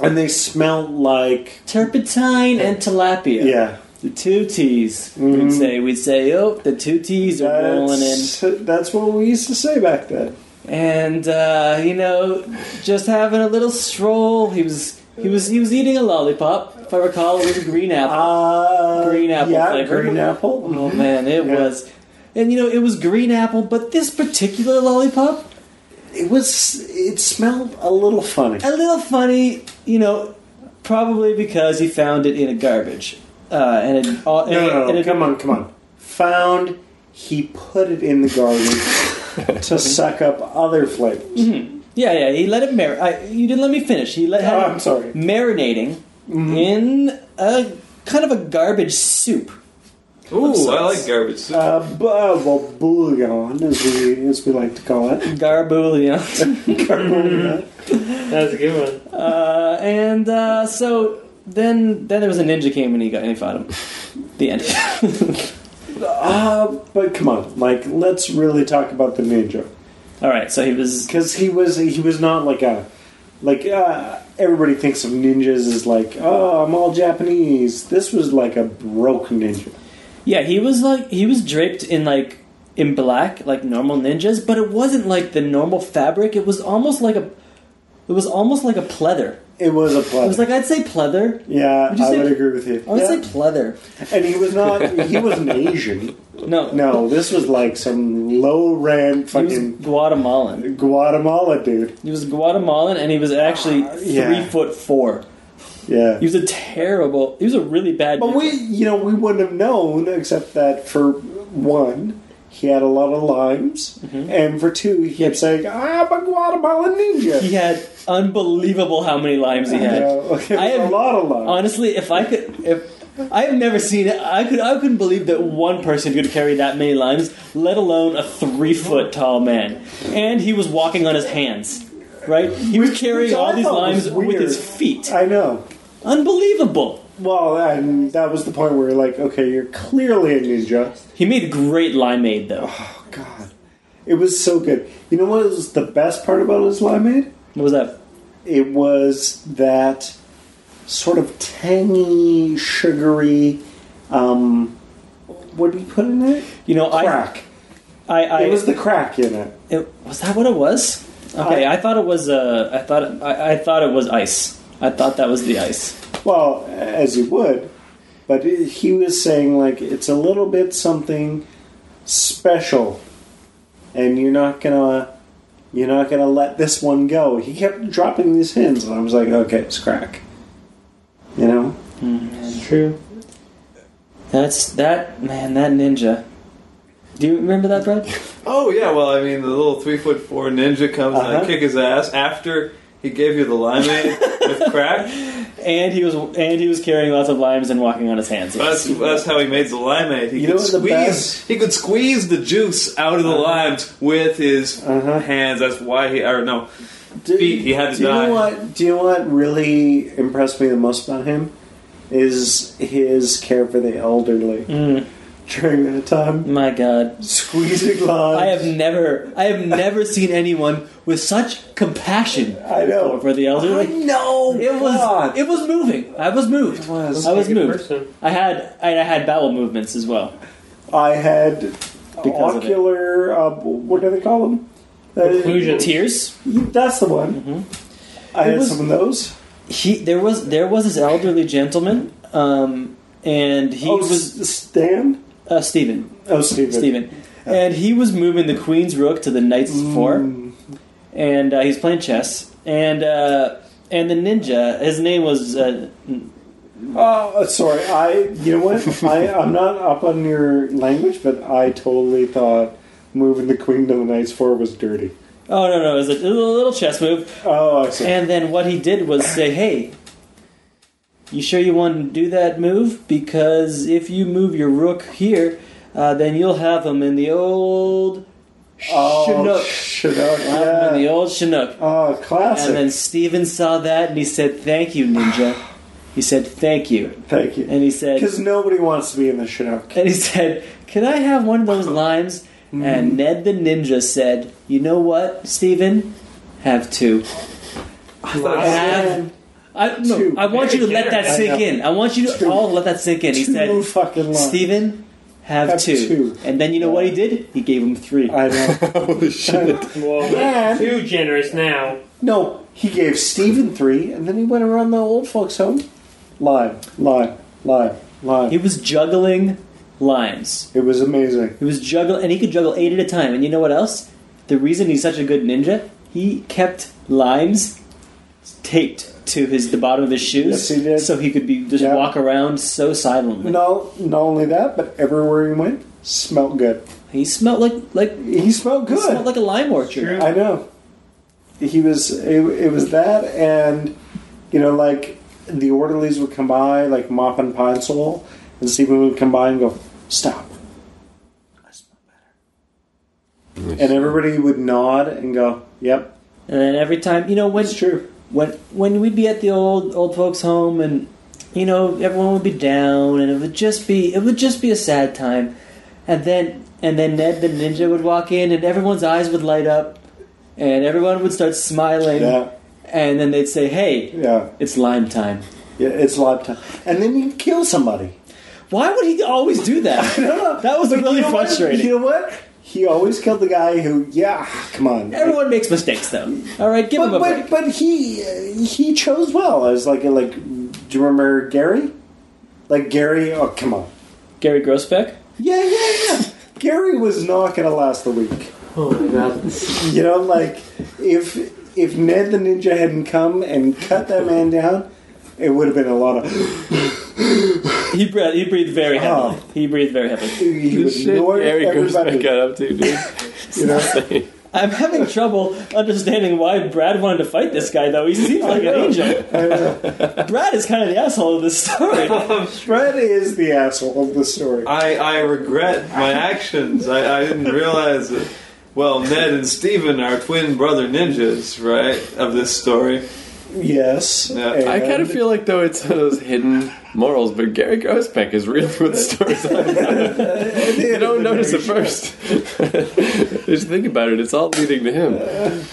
And they smelled like Turpentine and tilapia. yeah. The two T's. Mhm. We'd say we'd say, oh, the two T's are rolling in. That's, that's what we used to say back then. and uh, you know, just having a little stroll. He was he was he was eating a lollipop. If I recall, it was a green apple. Uh, Green apple yeah, flavor. green apple. oh man, it was, and you know, it was green apple. But this particular lollipop, It was. It smelled a little funny. a little funny. You know, probably because he found it in a garbage. Uh, and it, all, No, no, no, and it, come on, come on. Found he put it in the garden to suck up other flavors. Yeah, yeah. He let it marinate. You didn't let me finish. He let Oh, had it I'm sorry. Mm-hmm. marinating in a kind of a garbage soup. Ooh, I like garbage soup. Uh, bu- uh, well, bouillon, as we, as we like to call it. Garbouillon. Garbouillon. That's a good one. Uh, and uh, so then then there was a ninja came and he got and he fought him. The end. Uh, but come on, like let's really talk about the ninja. All right, so he was because he was he was not like a like uh, everybody thinks of ninjas as like oh I'm all Japanese. This was like a broke ninja. yeah, he was like he was draped in like in black like normal ninjas, but it wasn't like the normal fabric. It was almost like a it was almost like a pleather. It was a pleather. It was like I'd say pleather. Yeah, you I say- would agree with you. I would Yeah. say pleather. And he was not. He wasn't Asian. No, no. This was like some low rent He was fucking Guatemalan. Guatemala dude. He was Guatemalan, and he was actually Ah, yeah. three foot four. Yeah. He was a terrible. He was a really bad. But we, you know, we wouldn't have known except that for one, he had a lot of limes, and for two, he kept saying, "I'm a Guatemalan ninja." He had unbelievable how many limes he had. I know. I have a lot of limes. Honestly, if I could, if I have never seen it, I could, I couldn't believe that one person could carry that many limes, let alone a three foot tall man. And he was walking on his hands, right? He was carrying Which I all these thought limes was with weird. his feet. I know. Unbelievable. Well, and that was the point where you're like, okay, you're clearly a ninja. He made great limeade, though. Oh God, it was so good. You know what was the best part about his limeade? What was that? It was that sort of tangy, sugary. Um, what do you put in it? You know, crack. I, I it was the crack in it. It, was that what it was? Okay, I, thought it was. Uh, I thought it, I, I thought it was ice. I thought that was the ice. Well, as you would, but he was saying like it's a little bit something special, and you're not gonna you're not gonna let this one go. He kept dropping these hints, and I was like, okay, it's crack. You know, It's true. That's that man. That ninja. Do you remember that, Brad? Oh yeah, well I mean the little three foot four ninja comes and I Uh-huh. kick his ass after he gave you the limeade with crack. And he was and he was carrying lots of limes and walking on his hands. That's that's how he made the Uh-huh. limeade. He You know could what the squeeze best- he could squeeze the juice out of the limes with his hands. That's why he or no feet. He had to do you die. know what? Do you know what really impressed me the most about him is his care for the elderly Mm. during that time. My God, squeezing limes. I have never, I have never seen anyone with such compassion. I know for the elderly. No, it was it was moving. I was moved. I was Like a moved. person. I had I I had bowel movements as well. I had Because of it. ocular. Uh, what do they call them? Uh, Occlusions. Tears. That's the one. I Mm-hmm. It had was- some of those. He there was there was this elderly gentleman, um, and he oh, was S- Stan. uh, Stephen. Oh, Stephen. Stephen. And he was moving the queen's rook to the knight's Mm. four, and uh, he's playing chess. And uh, and the ninja, his name was uh, Oh, sorry. I. You know what? I. I'm not up on your language, but I totally thought moving the queen to the knights four was dirty. oh no no, it was a, it was a little chess move. Oh, I see. And then what he did was say, "Hey, you sure you want to do that move? Because if you move your rook here, uh, then you'll have him in the old Oh, Chinook. Chinook, You'll have him in the old Chinook." Oh, classic. And then Steven saw that and he said, Thank you, Ninja. He said, Thank you. Thank you. And he said, Because nobody wants to be in the Chinook. And he said, Can I have one of those limes? Mm-hmm. And Ned the Ninja said, You know what, Steven? Have two. Have. I, no, Two. I want you to let that I sink know. in. I want you to all let that sink in. He Two said, fucking lines. Steven, have, Have two. two. And then you know what he did? He gave him three. I know. Holy shit. Whoa, Man. too generous now. No, he gave Stephen three, and then he went around the old folks' home. Lime, lime, lime, lime. He was juggling limes. it was amazing. He was juggle, and he could juggle eight at a time. And you know what else? The reason he's such a good ninja, he kept limes taped to his the bottom of his shoes, Yes, he did. so he could be just Yeah. walk around so silently. No, not only that, but everywhere he went, smelled good. He smelled like like He smelled he good. smelled like a lime orchard. I know. He was. It, it was that, and you know, like the orderlies would come by, like Mop and Pencil, and Stephen would come by and go, Stop. And everybody would nod and go, "Yep." And then every time, you know, when it's true. When when we'd be at the old old folks' home, and you know, everyone would be down, and it would just be it would just be a sad time. And then and then Ned the ninja would walk in, and everyone's eyes would light up, and everyone would start smiling. Yeah. And then they'd say, "Hey, yeah, it's lime time." Yeah, it's lime time. And then you kill somebody. Why would he always do that? That was really you know what? frustrating. You know what? He always killed the guy who. Yeah, come on. Everyone makes mistakes, though. All right, give him but a but, but he uh, he chose well. As like like, do you remember Gary? Like Gary? Oh, come on. Gary Grossbeck. Yeah, yeah, yeah. Gary was not going to last the week. Oh my god. You know, like if if Ned the Ninja hadn't come and cut that man down, it would have been a lot of. He breathed. He breathed very Oh. heavily. He breathed very heavily. You ignore everybody. got up to, dude. You know? I'm having trouble understanding why Brad wanted to fight this guy, though. He seems like an angel. Brad is kind of the asshole of this story. Fred is the asshole of the story. I, I regret my actions. I, I didn't realize it. Well, Ned and Steven are twin brother ninjas, right? Of this story. Yes. I kind of feel like though it's one of those hidden morals, but Gary Grossbeck is real with stories. you don't notice it first. Just think about it; it's all leading to him.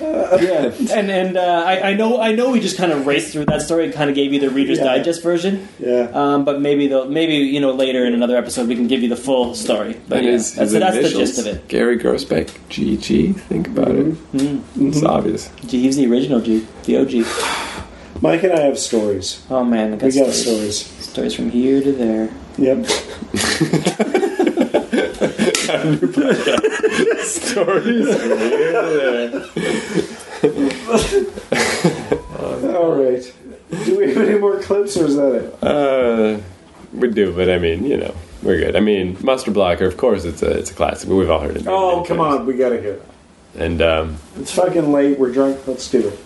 yeah, and and uh, I, I know I know we just kind of raced through that story and kind of gave you the Reader's Yeah. Digest version. Yeah. Um, but maybe the maybe you know later in another episode we can give you the full story. But That yeah, is that's, his that's the initials. gist of it. Mm-hmm. Gary Grossbeck, GG. Think about it. It's obvious. Gee, he was the original G, the OG. Mike and I have stories. Oh man, I got We got stories. stories. Stories from here to there. Yep. stories. All right. Do we have any more clips, or is that it? Uh, we do, but I mean, you know, we're good. I mean, Muster Blocker, of course, it's a it's a classic. We've all heard it. Oh, come on. We got to hear that. And um, It's fucking late. We're drunk. Let's do it.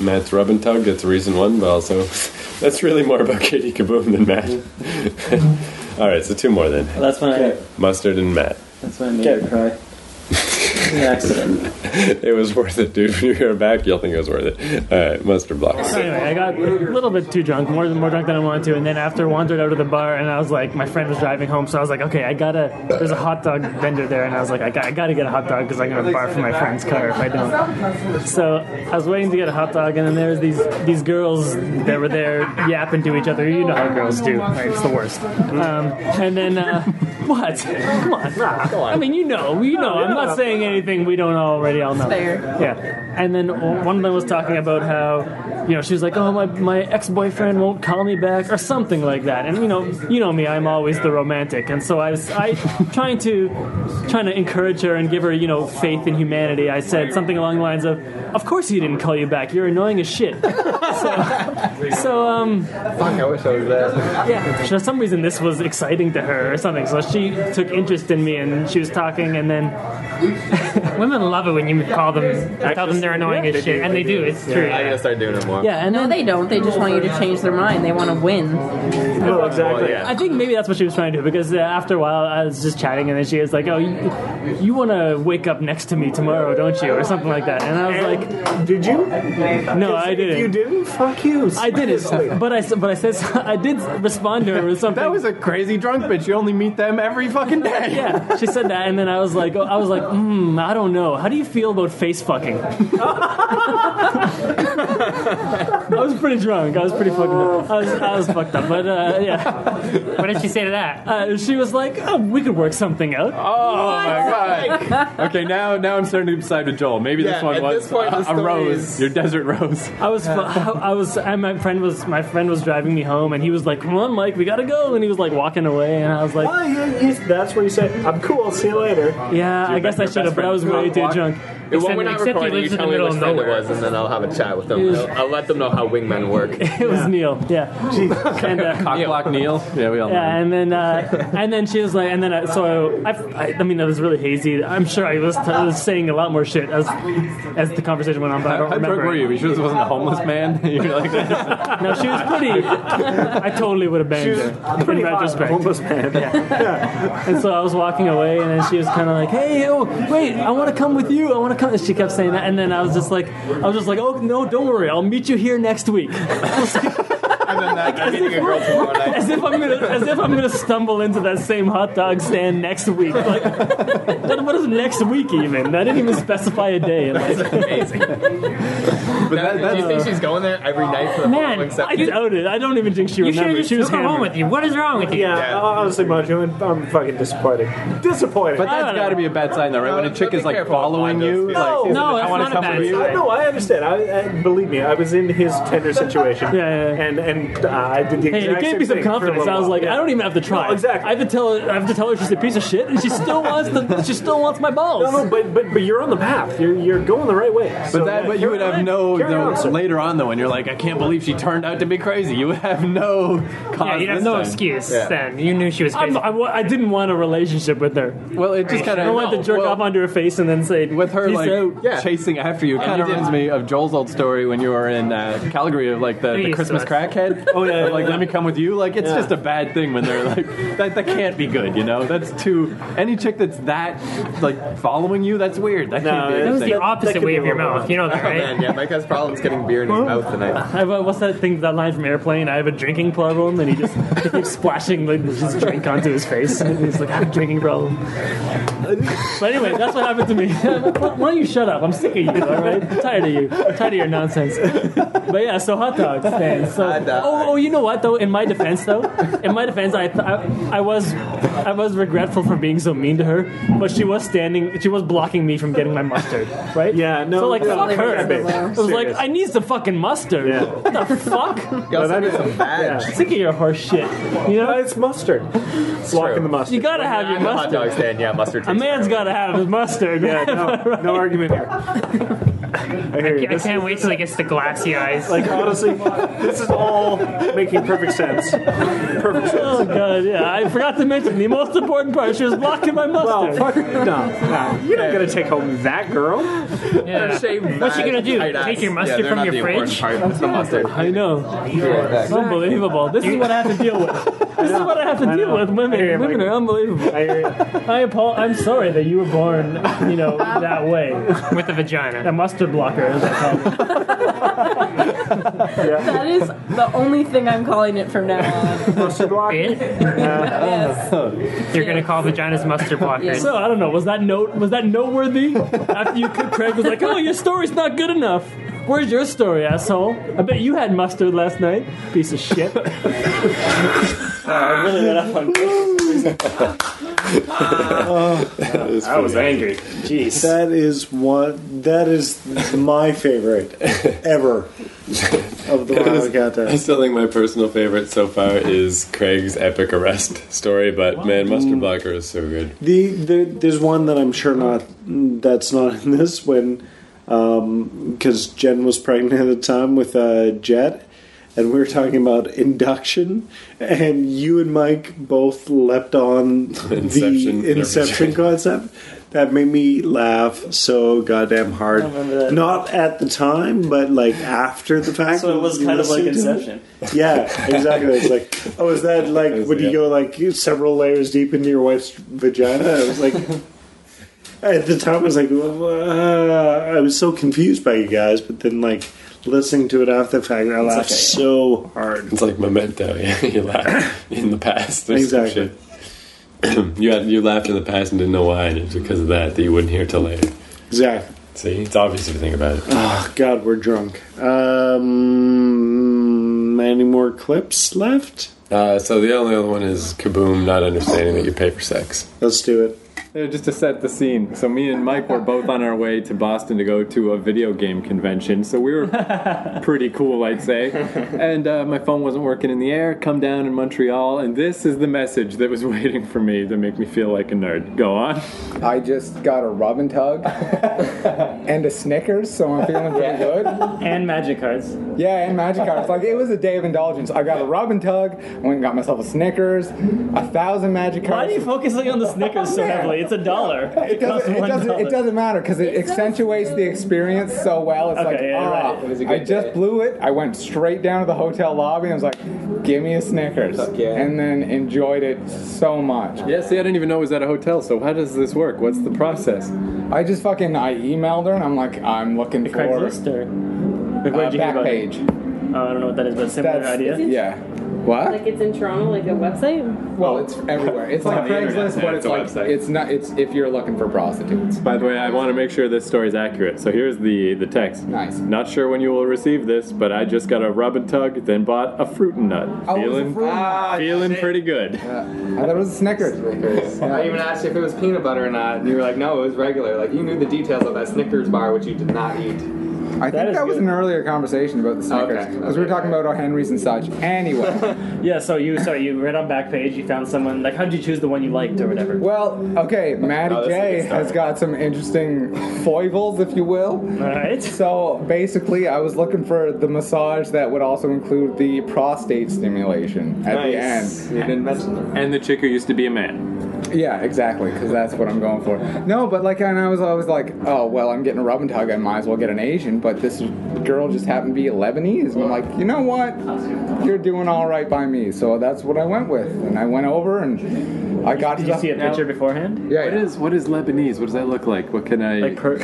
Matt's Rub and Tug, that's the reason one, but also that's really more about Katie Kaboom than Matt. all right, so two more then. Well, that's when I Mustard and Matt. that's when I made her cry. An accident. it was worth it, dude. When you hear it back, you'll think it was worth it. All right, Mustard Blocker. So anyway, I got a little bit too drunk, more than more drunk than I wanted to, and then after wandered out of the bar, and I was like, my friend was driving home, so I was like, okay, I gotta. There's a hot dog vendor there, and I was like, I, got, I gotta get a hot dog because I'm gonna barf in my friend's car if I don't. So I was waiting to get a hot dog, and then there was these these girls that were there yapping to each other. You know how girls do, right? It's the worst. Um, and then uh, what? Come on, nah. I mean, you know, you know. I'm not saying anything we don't already all know. Fair. Yeah. And then one of them was talking about how, you know, she was like, oh, my, my ex boyfriend won't call me back or something like that. And, you know, you know me, I'm always the romantic. And so I was I, trying to trying to encourage her and give her, you know, faith in humanity. I said something along the lines of, of course he didn't call you back. You're annoying as shit. so, so, um. Fuck, I wish I was there. Yeah. For some reason, this was exciting to her or something. So she took interest in me and she was talking and then. Women love it when you call them, tell them they're annoying as shit, and they do. It's true. I gotta start doing it more. Yeah, and no, they don't. They just want you to change their mind. They want to win. Oh, exactly. yeah. I think maybe that's what she was trying to do because uh, after a while I was just chatting and then she was like, "Oh, you, you want to wake up next to me tomorrow, don't you?" or something like that. And I was like, "Did you?" No, I didn't. You didn't? Fuck you. I Seriously. didn't. But I s- but I said I did respond to her with something. That was a crazy drunk bitch. You only meet them every fucking day. yeah, she said that, and then I was like, I was like, mm, I don't know. How do you feel about face fucking? I was pretty drunk. I was pretty fucking. I was, I was fucked up, but uh, yeah. What did she say to that? Uh, she was like, oh, "We could work something out." Oh my god. Okay, now now I'm starting to side with Joel. Maybe Yeah, this one at was this point, the a- a story rose, is- your desert rose. I was, I was, and my friend was, my friend was driving me home, and he was like, "Come on, Mike, we gotta go," and he was like walking away, and I was like, yeah, that's where you say, I'm cool, see you later. Yeah, I guess I should have, but I was way too drunk. Well, Except- we're not except he recording. You lives in tell the me middle which of friend it nowhere. was, and then I'll have a chat with them. It was- I'll, I'll let them know how wingmen work. It was Neil. Yeah. And, uh, Cockblock Neil. Yeah, we all Yeah, and then uh, and then she was like, and then I, so I, I, I mean, it was really hazy. I'm sure I was, I was saying a lot more shit as as the conversation went on, but I How, don't how drunk remember. were it. you? You sure this wasn't a homeless man? You're like, No, she was pretty. I totally would have banged She was her. pretty in hot, retrospect. homeless man. Yeah. And so I was walking away, and then she was kind of like, "Hey, oh, wait, I want to come with you. I want to come." And she kept saying that, and then I was just like, "I was just like, oh no, don't worry, I'll meet you here next week." I'm meeting a girl tomorrow night. As if I'm gonna, as if I'm gonna stumble into that same hot dog stand next week. Like, what what is next week even? I didn't even specify a day. amazing. But do you think she's going there every night for the Man, following I doubt it. I don't even think she You should've remembers. just She was took her home hammered. with you. What is wrong with you? Yeah, honestly, Mojo, I'm, I'm fucking disappointed. Disappointed. But that's got to be a bad sign, though, right? When a chick is like following you, No, like, I want to come with you. I, no, I understand. I, I, believe me, I was in his tender situation. yeah, And and uh, I did the exact Hey, it gave same me some thing for a confidence. little I was while. like, Yeah. I don't even have to try. No, exactly. I have to tell her. I have to tell her she's a piece of shit, and she still wants the. She still wants my balls. No, no, but but but you're on the path. You're you're going the right way. But that, but you would have no, Carry no on, sir. later on though, when you're like, I can't believe she turned out to be crazy. You would have no. Cause Yeah, you'd have this no time. excuse Yeah. then. You knew she was I'm, crazy. I, wa- I didn't want a relationship with her. Well, it just kind of. I wanted to jerk well, off onto her face and then say, with her "Peace like out." chasing after you kind of reminds me of Joel's old story when you were in uh, Calgary of like the, You're the used Christmas to it. crackhead. Oh yeah, like let me come with you. Like it's Yeah. just a bad thing when they're like that. That can't be good, you know. That's too any chick that's that like following you. That's weird. That can't be. a good thing. oh, Man, yeah, Mike has problems getting beer in his mouth tonight. I have a- what's that thing? That line from Airplane? I have a drinking problem, and he just he keeps splashing like, his drink onto his face, and he's like, "I have a drinking problem." But anyway, that's what happened to me. Why don't you shut up? I'm sick of you. All right, I'm tired of you. I'm tired of your nonsense. But yeah, so hot dogs, man. So oh, oh, you know what though? In my defense, though, in my defense, I, I I was I was regretful for being so mean to her, but she was standing, she was blocking me from getting my mustard. Right? Yeah. No. so like, no, fuck her. I was like, Serious. I need some fucking mustard. What the fuck? No, that is some Yeah. Sick of your horse shit. You know, it's mustard. It's walking the mustard. You gotta When have you're your at the hot mustard. dog stand, yeah, mustard. A man's gotta have his mustard. Yeah, no, no argument here. I hear you. I This- can't wait till he gets the glassy eyes. Like honestly, this is all making perfect sense. Perfect sense. Oh god, yeah. I forgot to mention the most important part. She was blocking my Well, mustard. fuck no, no. You're not gonna take home that girl. Yeah. What's she gonna do? Take your mustard from your fridge? the mustard. I know. It's unbelievable. This is what I have to deal with. This is what I have to deal with. Women, women are unbelievable. I apo- I'm sorry that you were born, you know, that way. With a vagina. A mustard blocker, as I call it. That is the only thing I'm calling it from now on. Mustard block. Oh. You're gonna call vaginas mustard blockers. So I don't know. Was that note? Was that noteworthy? After you, Craig was like, "Oh, your story's not good enough. Where's your story, asshole? I bet you had mustard last night, piece of shit." I really went up on I was angry. Jeez. That is one. That is my favorite ever of the That Wild is- I Encounter. still think my personal favorite so far is Craig's epic arrest story, but man, Mustard Blocker is so good. The, the there's one that I'm sure not that's not in this when because Jen was pregnant at the time with uh, Jet, and we were talking about induction, and you and Mike both leapt on Inception. the inception concept. That made me laugh so goddamn hard. I remember that. Not at the time, but like after the fact. So it was kind of like Listening to it. Inception. Yeah, exactly. It's like, oh, is that like when you go like several layers deep into your wife's vagina? I was like, at the time, I was like, uh, I was so confused by you guys, but then like listening to it after the fact, I laughed okay. so hard. It's like memento, yeah. You laugh in the past. or some Exactly. shit. you had, you laughed in the past and didn't know why, and it's because of that that you wouldn't hear till later. Exactly. See, it's obvious if you think about Ah. it. Oh God, we're drunk. Um, any more clips left? Uh, so the only other one is Kaboom not understanding that you pay for sex. Let's do it. Uh, Just to set the scene, so me and Mike were both on our way to Boston to go to a video game convention. So we were pretty cool, I'd say. And uh, my phone wasn't working in the air. Come down in Montreal, and this is the message that was waiting for me to make me feel like a nerd. Go on. I just got a rub and tug and a Snickers, so I'm feeling pretty good. And magic cards. Yeah, and magic cards. Like it was a day of indulgence. I got a rub and tug. I went and got myself a Snickers, a thousand magic cards. Why are you focusing on the Snickers so heavily? It's a dollar. It doesn't, it, doesn't, it doesn't matter because it accentuates the experience so well. It's Okay, like, yeah, ah, right. It was a I good just blew it. I went straight down to the hotel lobby and was like, give me a Snickers. And then enjoyed it so much. Yeah, see, I didn't even know it was at a hotel, so how does this work? What's the process? I just fucking, I emailed her and I'm like, I'm looking for... Craigslist or? where'd Uh, you hear back about it? page. Oh, I don't know what that is, but similar That's- idea. Yeah. What? Like it's in Toronto, like a website. Well, it's everywhere. It's like On the internet. Craigslist, Yeah, but it's it's a like it's not. It's if you're looking for prostitutes. By the way, I want to make sure this story is accurate. So here's the the text. Nice. Oh, Not sure when you will receive this, but I just got a rub and tug, then bought a fruit and nut. Oh, it was a feeling fruit. feeling pretty good. I thought it was Snickers. I even asked you if it was peanut butter or not, and you were like, no, it was regular. Like, you knew the details of that Snickers bar, which you did not eat. I think that was an earlier conversation about the Snickers Okay, because we were talking about our Henrys and such. Anyway. Yeah, so you sorry, you read on Backpage, you found someone like how'd you choose the one you liked or whatever? Well, okay, Maddie Oh, this is a J good start. has got some interesting foibles, if you will. Alright. So basically, I was looking for the massage that would also include the prostate stimulation at Nice. the end. You didn't mention that. And the chick who used to be a man. Yeah, exactly, because that's what I'm going for. No, but like, and I was always like, oh, well, I'm getting a rub and tug, I might as well get an Asian, but this girl just happened to be Lebanese. And I'm like, you know what? You're doing all right by me. So that's what I went with. And I went over and I got Did to you the- see a picture beforehand? Yeah. What is what is Lebanese? What does that look like? What can I like per-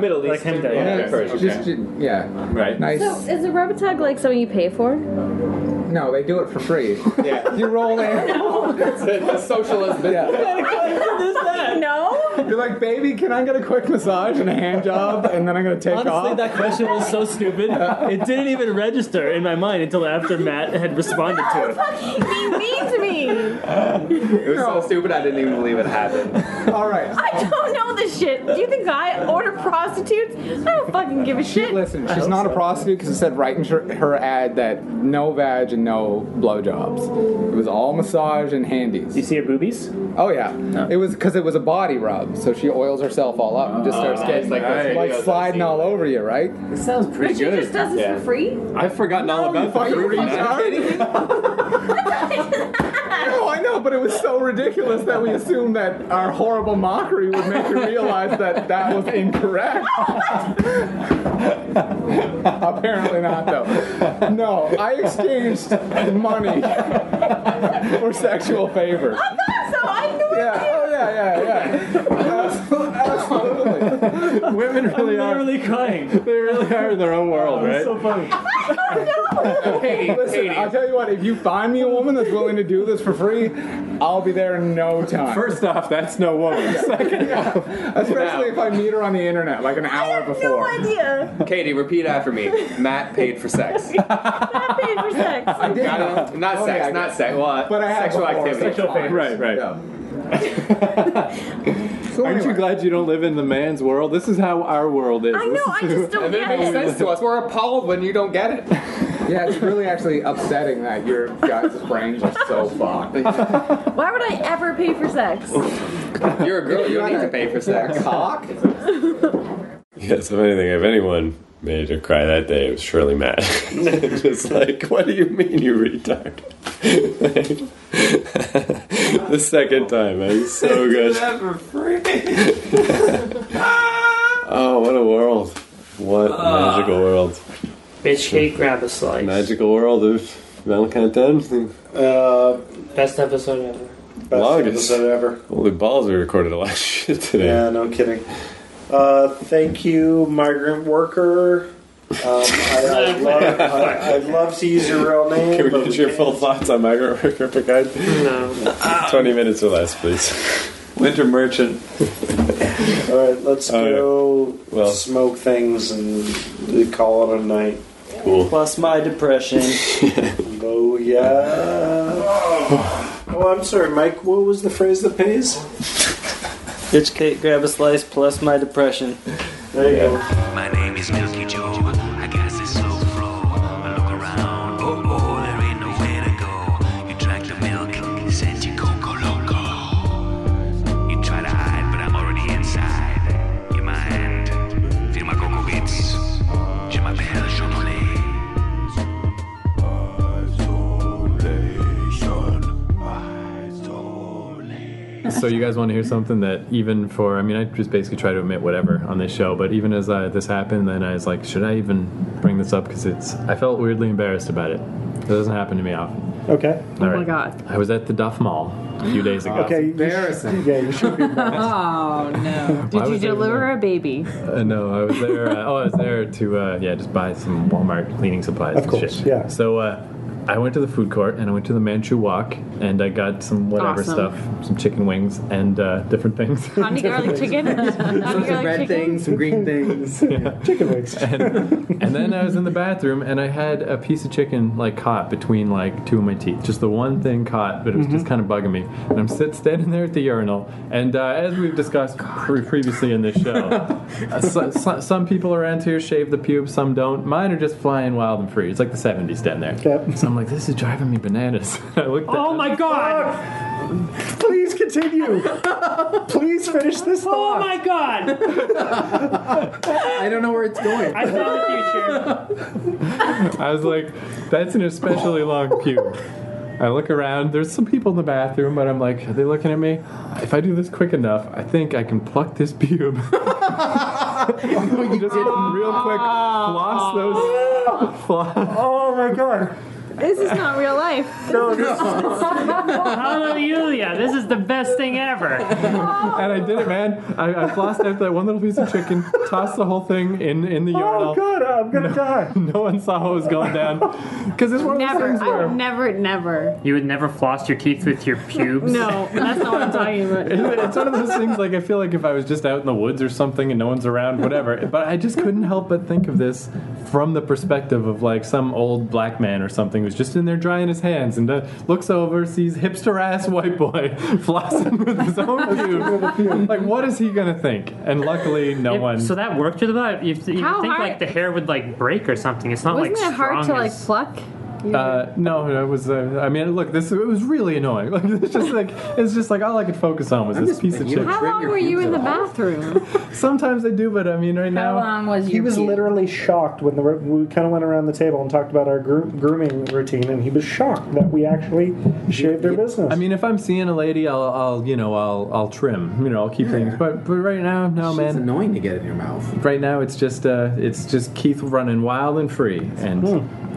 Middle Like him Yeah, yeah. okay. Persian, Just, yeah. yeah. Right. Nice. So is a rubber tug like something you pay for? No, they do it for free. Yeah. You roll in. the socialist No. You're like, baby, can I get a quick massage and a hand job, and then I'm gonna take Honestly, off? that question was so stupid. It didn't even register in my mind until after Matt had responded to it. You mean to me? It was so stupid, I didn't even believe it happened. All right. I don't know this shit. Do you think I order prostitutes? I don't fucking give a shit. Listen, she's not a prostitute because it said right in her, her ad that no vag and no blowjobs. It was all massage and handies. You see her boobies? Oh yeah. It was because it was a body rub, so she oils herself all up and just Oh, starts nice. getting Like like, those videos I've sliding all over you, right? It sounds pretty But she good. just does this for free? I've forgotten all about the fruit and nut. No, I know, but it was so ridiculous that we assumed that our horrible mockery would make you realize that that was incorrect. Apparently not, though. No, I exchanged money for sexual favors. So I knew Yeah, oh yeah, yeah, yeah. Absolutely. Women really are literally crying. They really are in their own world, right? So funny. Hey, listen, I'll tell you what, if you find me a woman that's willing to do this for free, I'll be there in no time. First off, that's no woman. Second off, especially if I meet her on the internet like an hour before. idea. Katie, repeat after me. Matt paid for sex. I paid for sex. I did. Not, not Oh, sex, yeah, I not did. sex. Well, But I have sexual before, activity. sexual favors. Right, right. Aren't you glad you don't live in the man's world? This is how our world is. I know, I just don't And then it get makes it. sense to us. We're appalled when you don't get it. Yeah, it's really actually upsetting that your guys' brains are so fucked. Why would I ever pay for sex? You're a girl. You don't need to pay for sex. Cock? Yeah, so if anything, if anyone made her cry that day, it was surely Matt. Just like, what do you mean you retard? the second time, it was so good. That for free. Oh, what a world. What a Ah. magical world. Bitch cake, grab a slice. Magical world of Valentine's. Uh, Best episode ever. Best Longest episode ever. Holy balls, we recorded a lot of shit today. Yeah, no kidding. Uh, thank you, migrant worker. Um, I, I'd, love, I, would love to use your real name. Can we but get your full thoughts on Migrant Worker Picard? No. 20 minutes or less, please. Winter Merchant. All right, let's go Well- smoke things and call it a night. Cool. Plus my depression. oh yeah. Oh, I'm sorry, Mike. What was the phrase that pays? Bitch cake, grab a slice, plus my depression. There you go. My name is Milky Joe. I guess it's slow flow. I look around. Oh, oh, there ain't nowhere to go. You drank the milk, sent you coco loco. You try to hide, but I'm already inside. Your mind. Feel my coco bits. Je m'appelle Chocolat. so you guys want to hear something that even for I mean I just basically try to admit whatever on this show but even as I, this happened then I was like should I even bring this up because it's I felt weirdly embarrassed about it it doesn't happen to me often Okay. All Oh right. I was at the Duff Mall a few days ago Okay. Embarrassing. Yeah, you should be oh no! Why Did you was there deliver a baby? Uh, no, I was there. Uh, oh, I was there to uh, yeah, just buy some Walmart cleaning supplies. Of course, shit. yeah. So uh, I went to the food court and I went to the Manchu Walk and I got some whatever Awesome. stuff, some chicken wings and uh, different things. Honey garlic chicken. Honey Some red garlic chicken. things, some green things. Chicken wings. and then I was in the bathroom and I had a piece of chicken like caught between like two of my teeth. Just the one thing caught, but it was just Mm-hmm. kind of bugging me. And I'm sit standing there at the urinal, and uh, as we've discussed pre- previously in this show, uh, so, so- some people around here shave the pubes, some don't. Mine are just flying wild and free. It's like the '70s down there. So I'm like, this is driving me bananas. I looked at Oh my god! Please continue. Please finish this Oh my god! I don't know where it's going. I saw the future. I was like, that's an especially long pube. I look around. There's some people in the bathroom, but I'm like, are they looking at me? If I do this quick enough, I think I can pluck this pube. just real quick, floss those. Oh my god! This is not real life. No, Hallelujah! This is the best thing ever. and I did it, man. I, I flossed after that one little piece of chicken, tossed the whole thing in in the urinal. Oh god, I'm gonna die. No one saw what was going down because it's one of those Never. things I where. would never, never. You would never floss your teeth with your pubes. No, that's not what I'm talking about. It- It's one of those things like I feel like if I was just out in the woods or something and no one's around, whatever. But I just couldn't help but think of this from the perspective of like some old black man or something who's just in there drying his hands and uh, looks over, sees hipster ass white boy flossing with his own pubes. like, what is he gonna think? And luckily, no one. So that worked with about you, you How think hard- like the hair would like break or something. It's not Wasn't like it hard to strong like as- pluck? Uh, no, it was. Uh, I mean, look, this it was really annoying. Like, it's just like it's just like all I could focus on was this piece of shit. How long were you in the bathroom? Sometimes I do, but I mean, right now. was He was literally shocked when the, we kind of went around the table and talked about our gro- grooming routine, and he was shocked that we actually shared their business. I mean, if I'm seeing a lady, I'll, I'll you know, I'll, I'll trim. You know, I'll keep things. But, but right now, no, man. It's annoying to get in your mouth. Right now, it's just, uh, it's just Keith running wild and free, and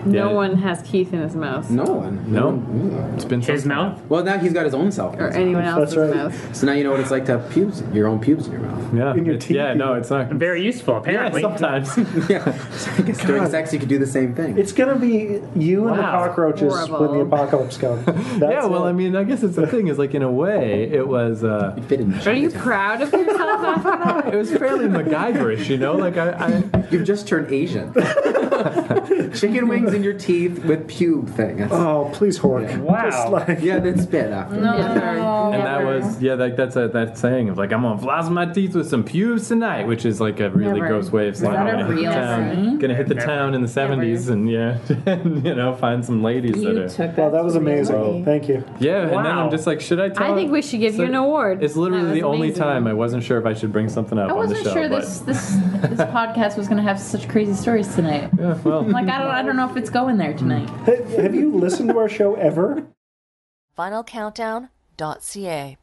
Hmm. yeah, No one has Keith in his mouth. No one. Hmm. no, it's been his mouth. Well, now he's got his own self. Or anyone else's mouth. So now you know what it's like to have pubes, your own pubes in your mouth. Yeah, in your teeth. Yeah, no, it's not very useful. Apparently, sometimes. yeah, So I guess during God. sex you could do the same thing. it's gonna be you and the Wow. cockroaches when the Horrible. apocalypse comes. That's yeah. Well, I mean, I guess it's the thing is like in a way, it was. Uh, Are you proud of yourself after that? it was fairly MacGyverish, you know. Like I, I you've just turned Asian. Chicken wings in your teeth with pube thing. That's, oh, please, Hork. Yeah. Wow. yeah, then spit after. No, and that was yeah, like that's a that saying of like I'm gonna floss my teeth with some pubes tonight, which is like a really Never. gross way of Is saying that I'm a gonna hit the real town, saying? gonna hit the town in the '70s and yeah, and, you know, find some ladies that are. Well, that was amazing. Thank you. Yeah, and then Wow. I'm just like, should I tell? I think we should give you an award. it's literally That the was only amazing. time I wasn't sure if I should bring something up I on the wasn't show. sure but this- this this podcast was going to have such crazy stories tonight. Yeah, well. like I don't I don't know if it's going there tonight. Have you listened to our show ever? FinalCountdown.ca.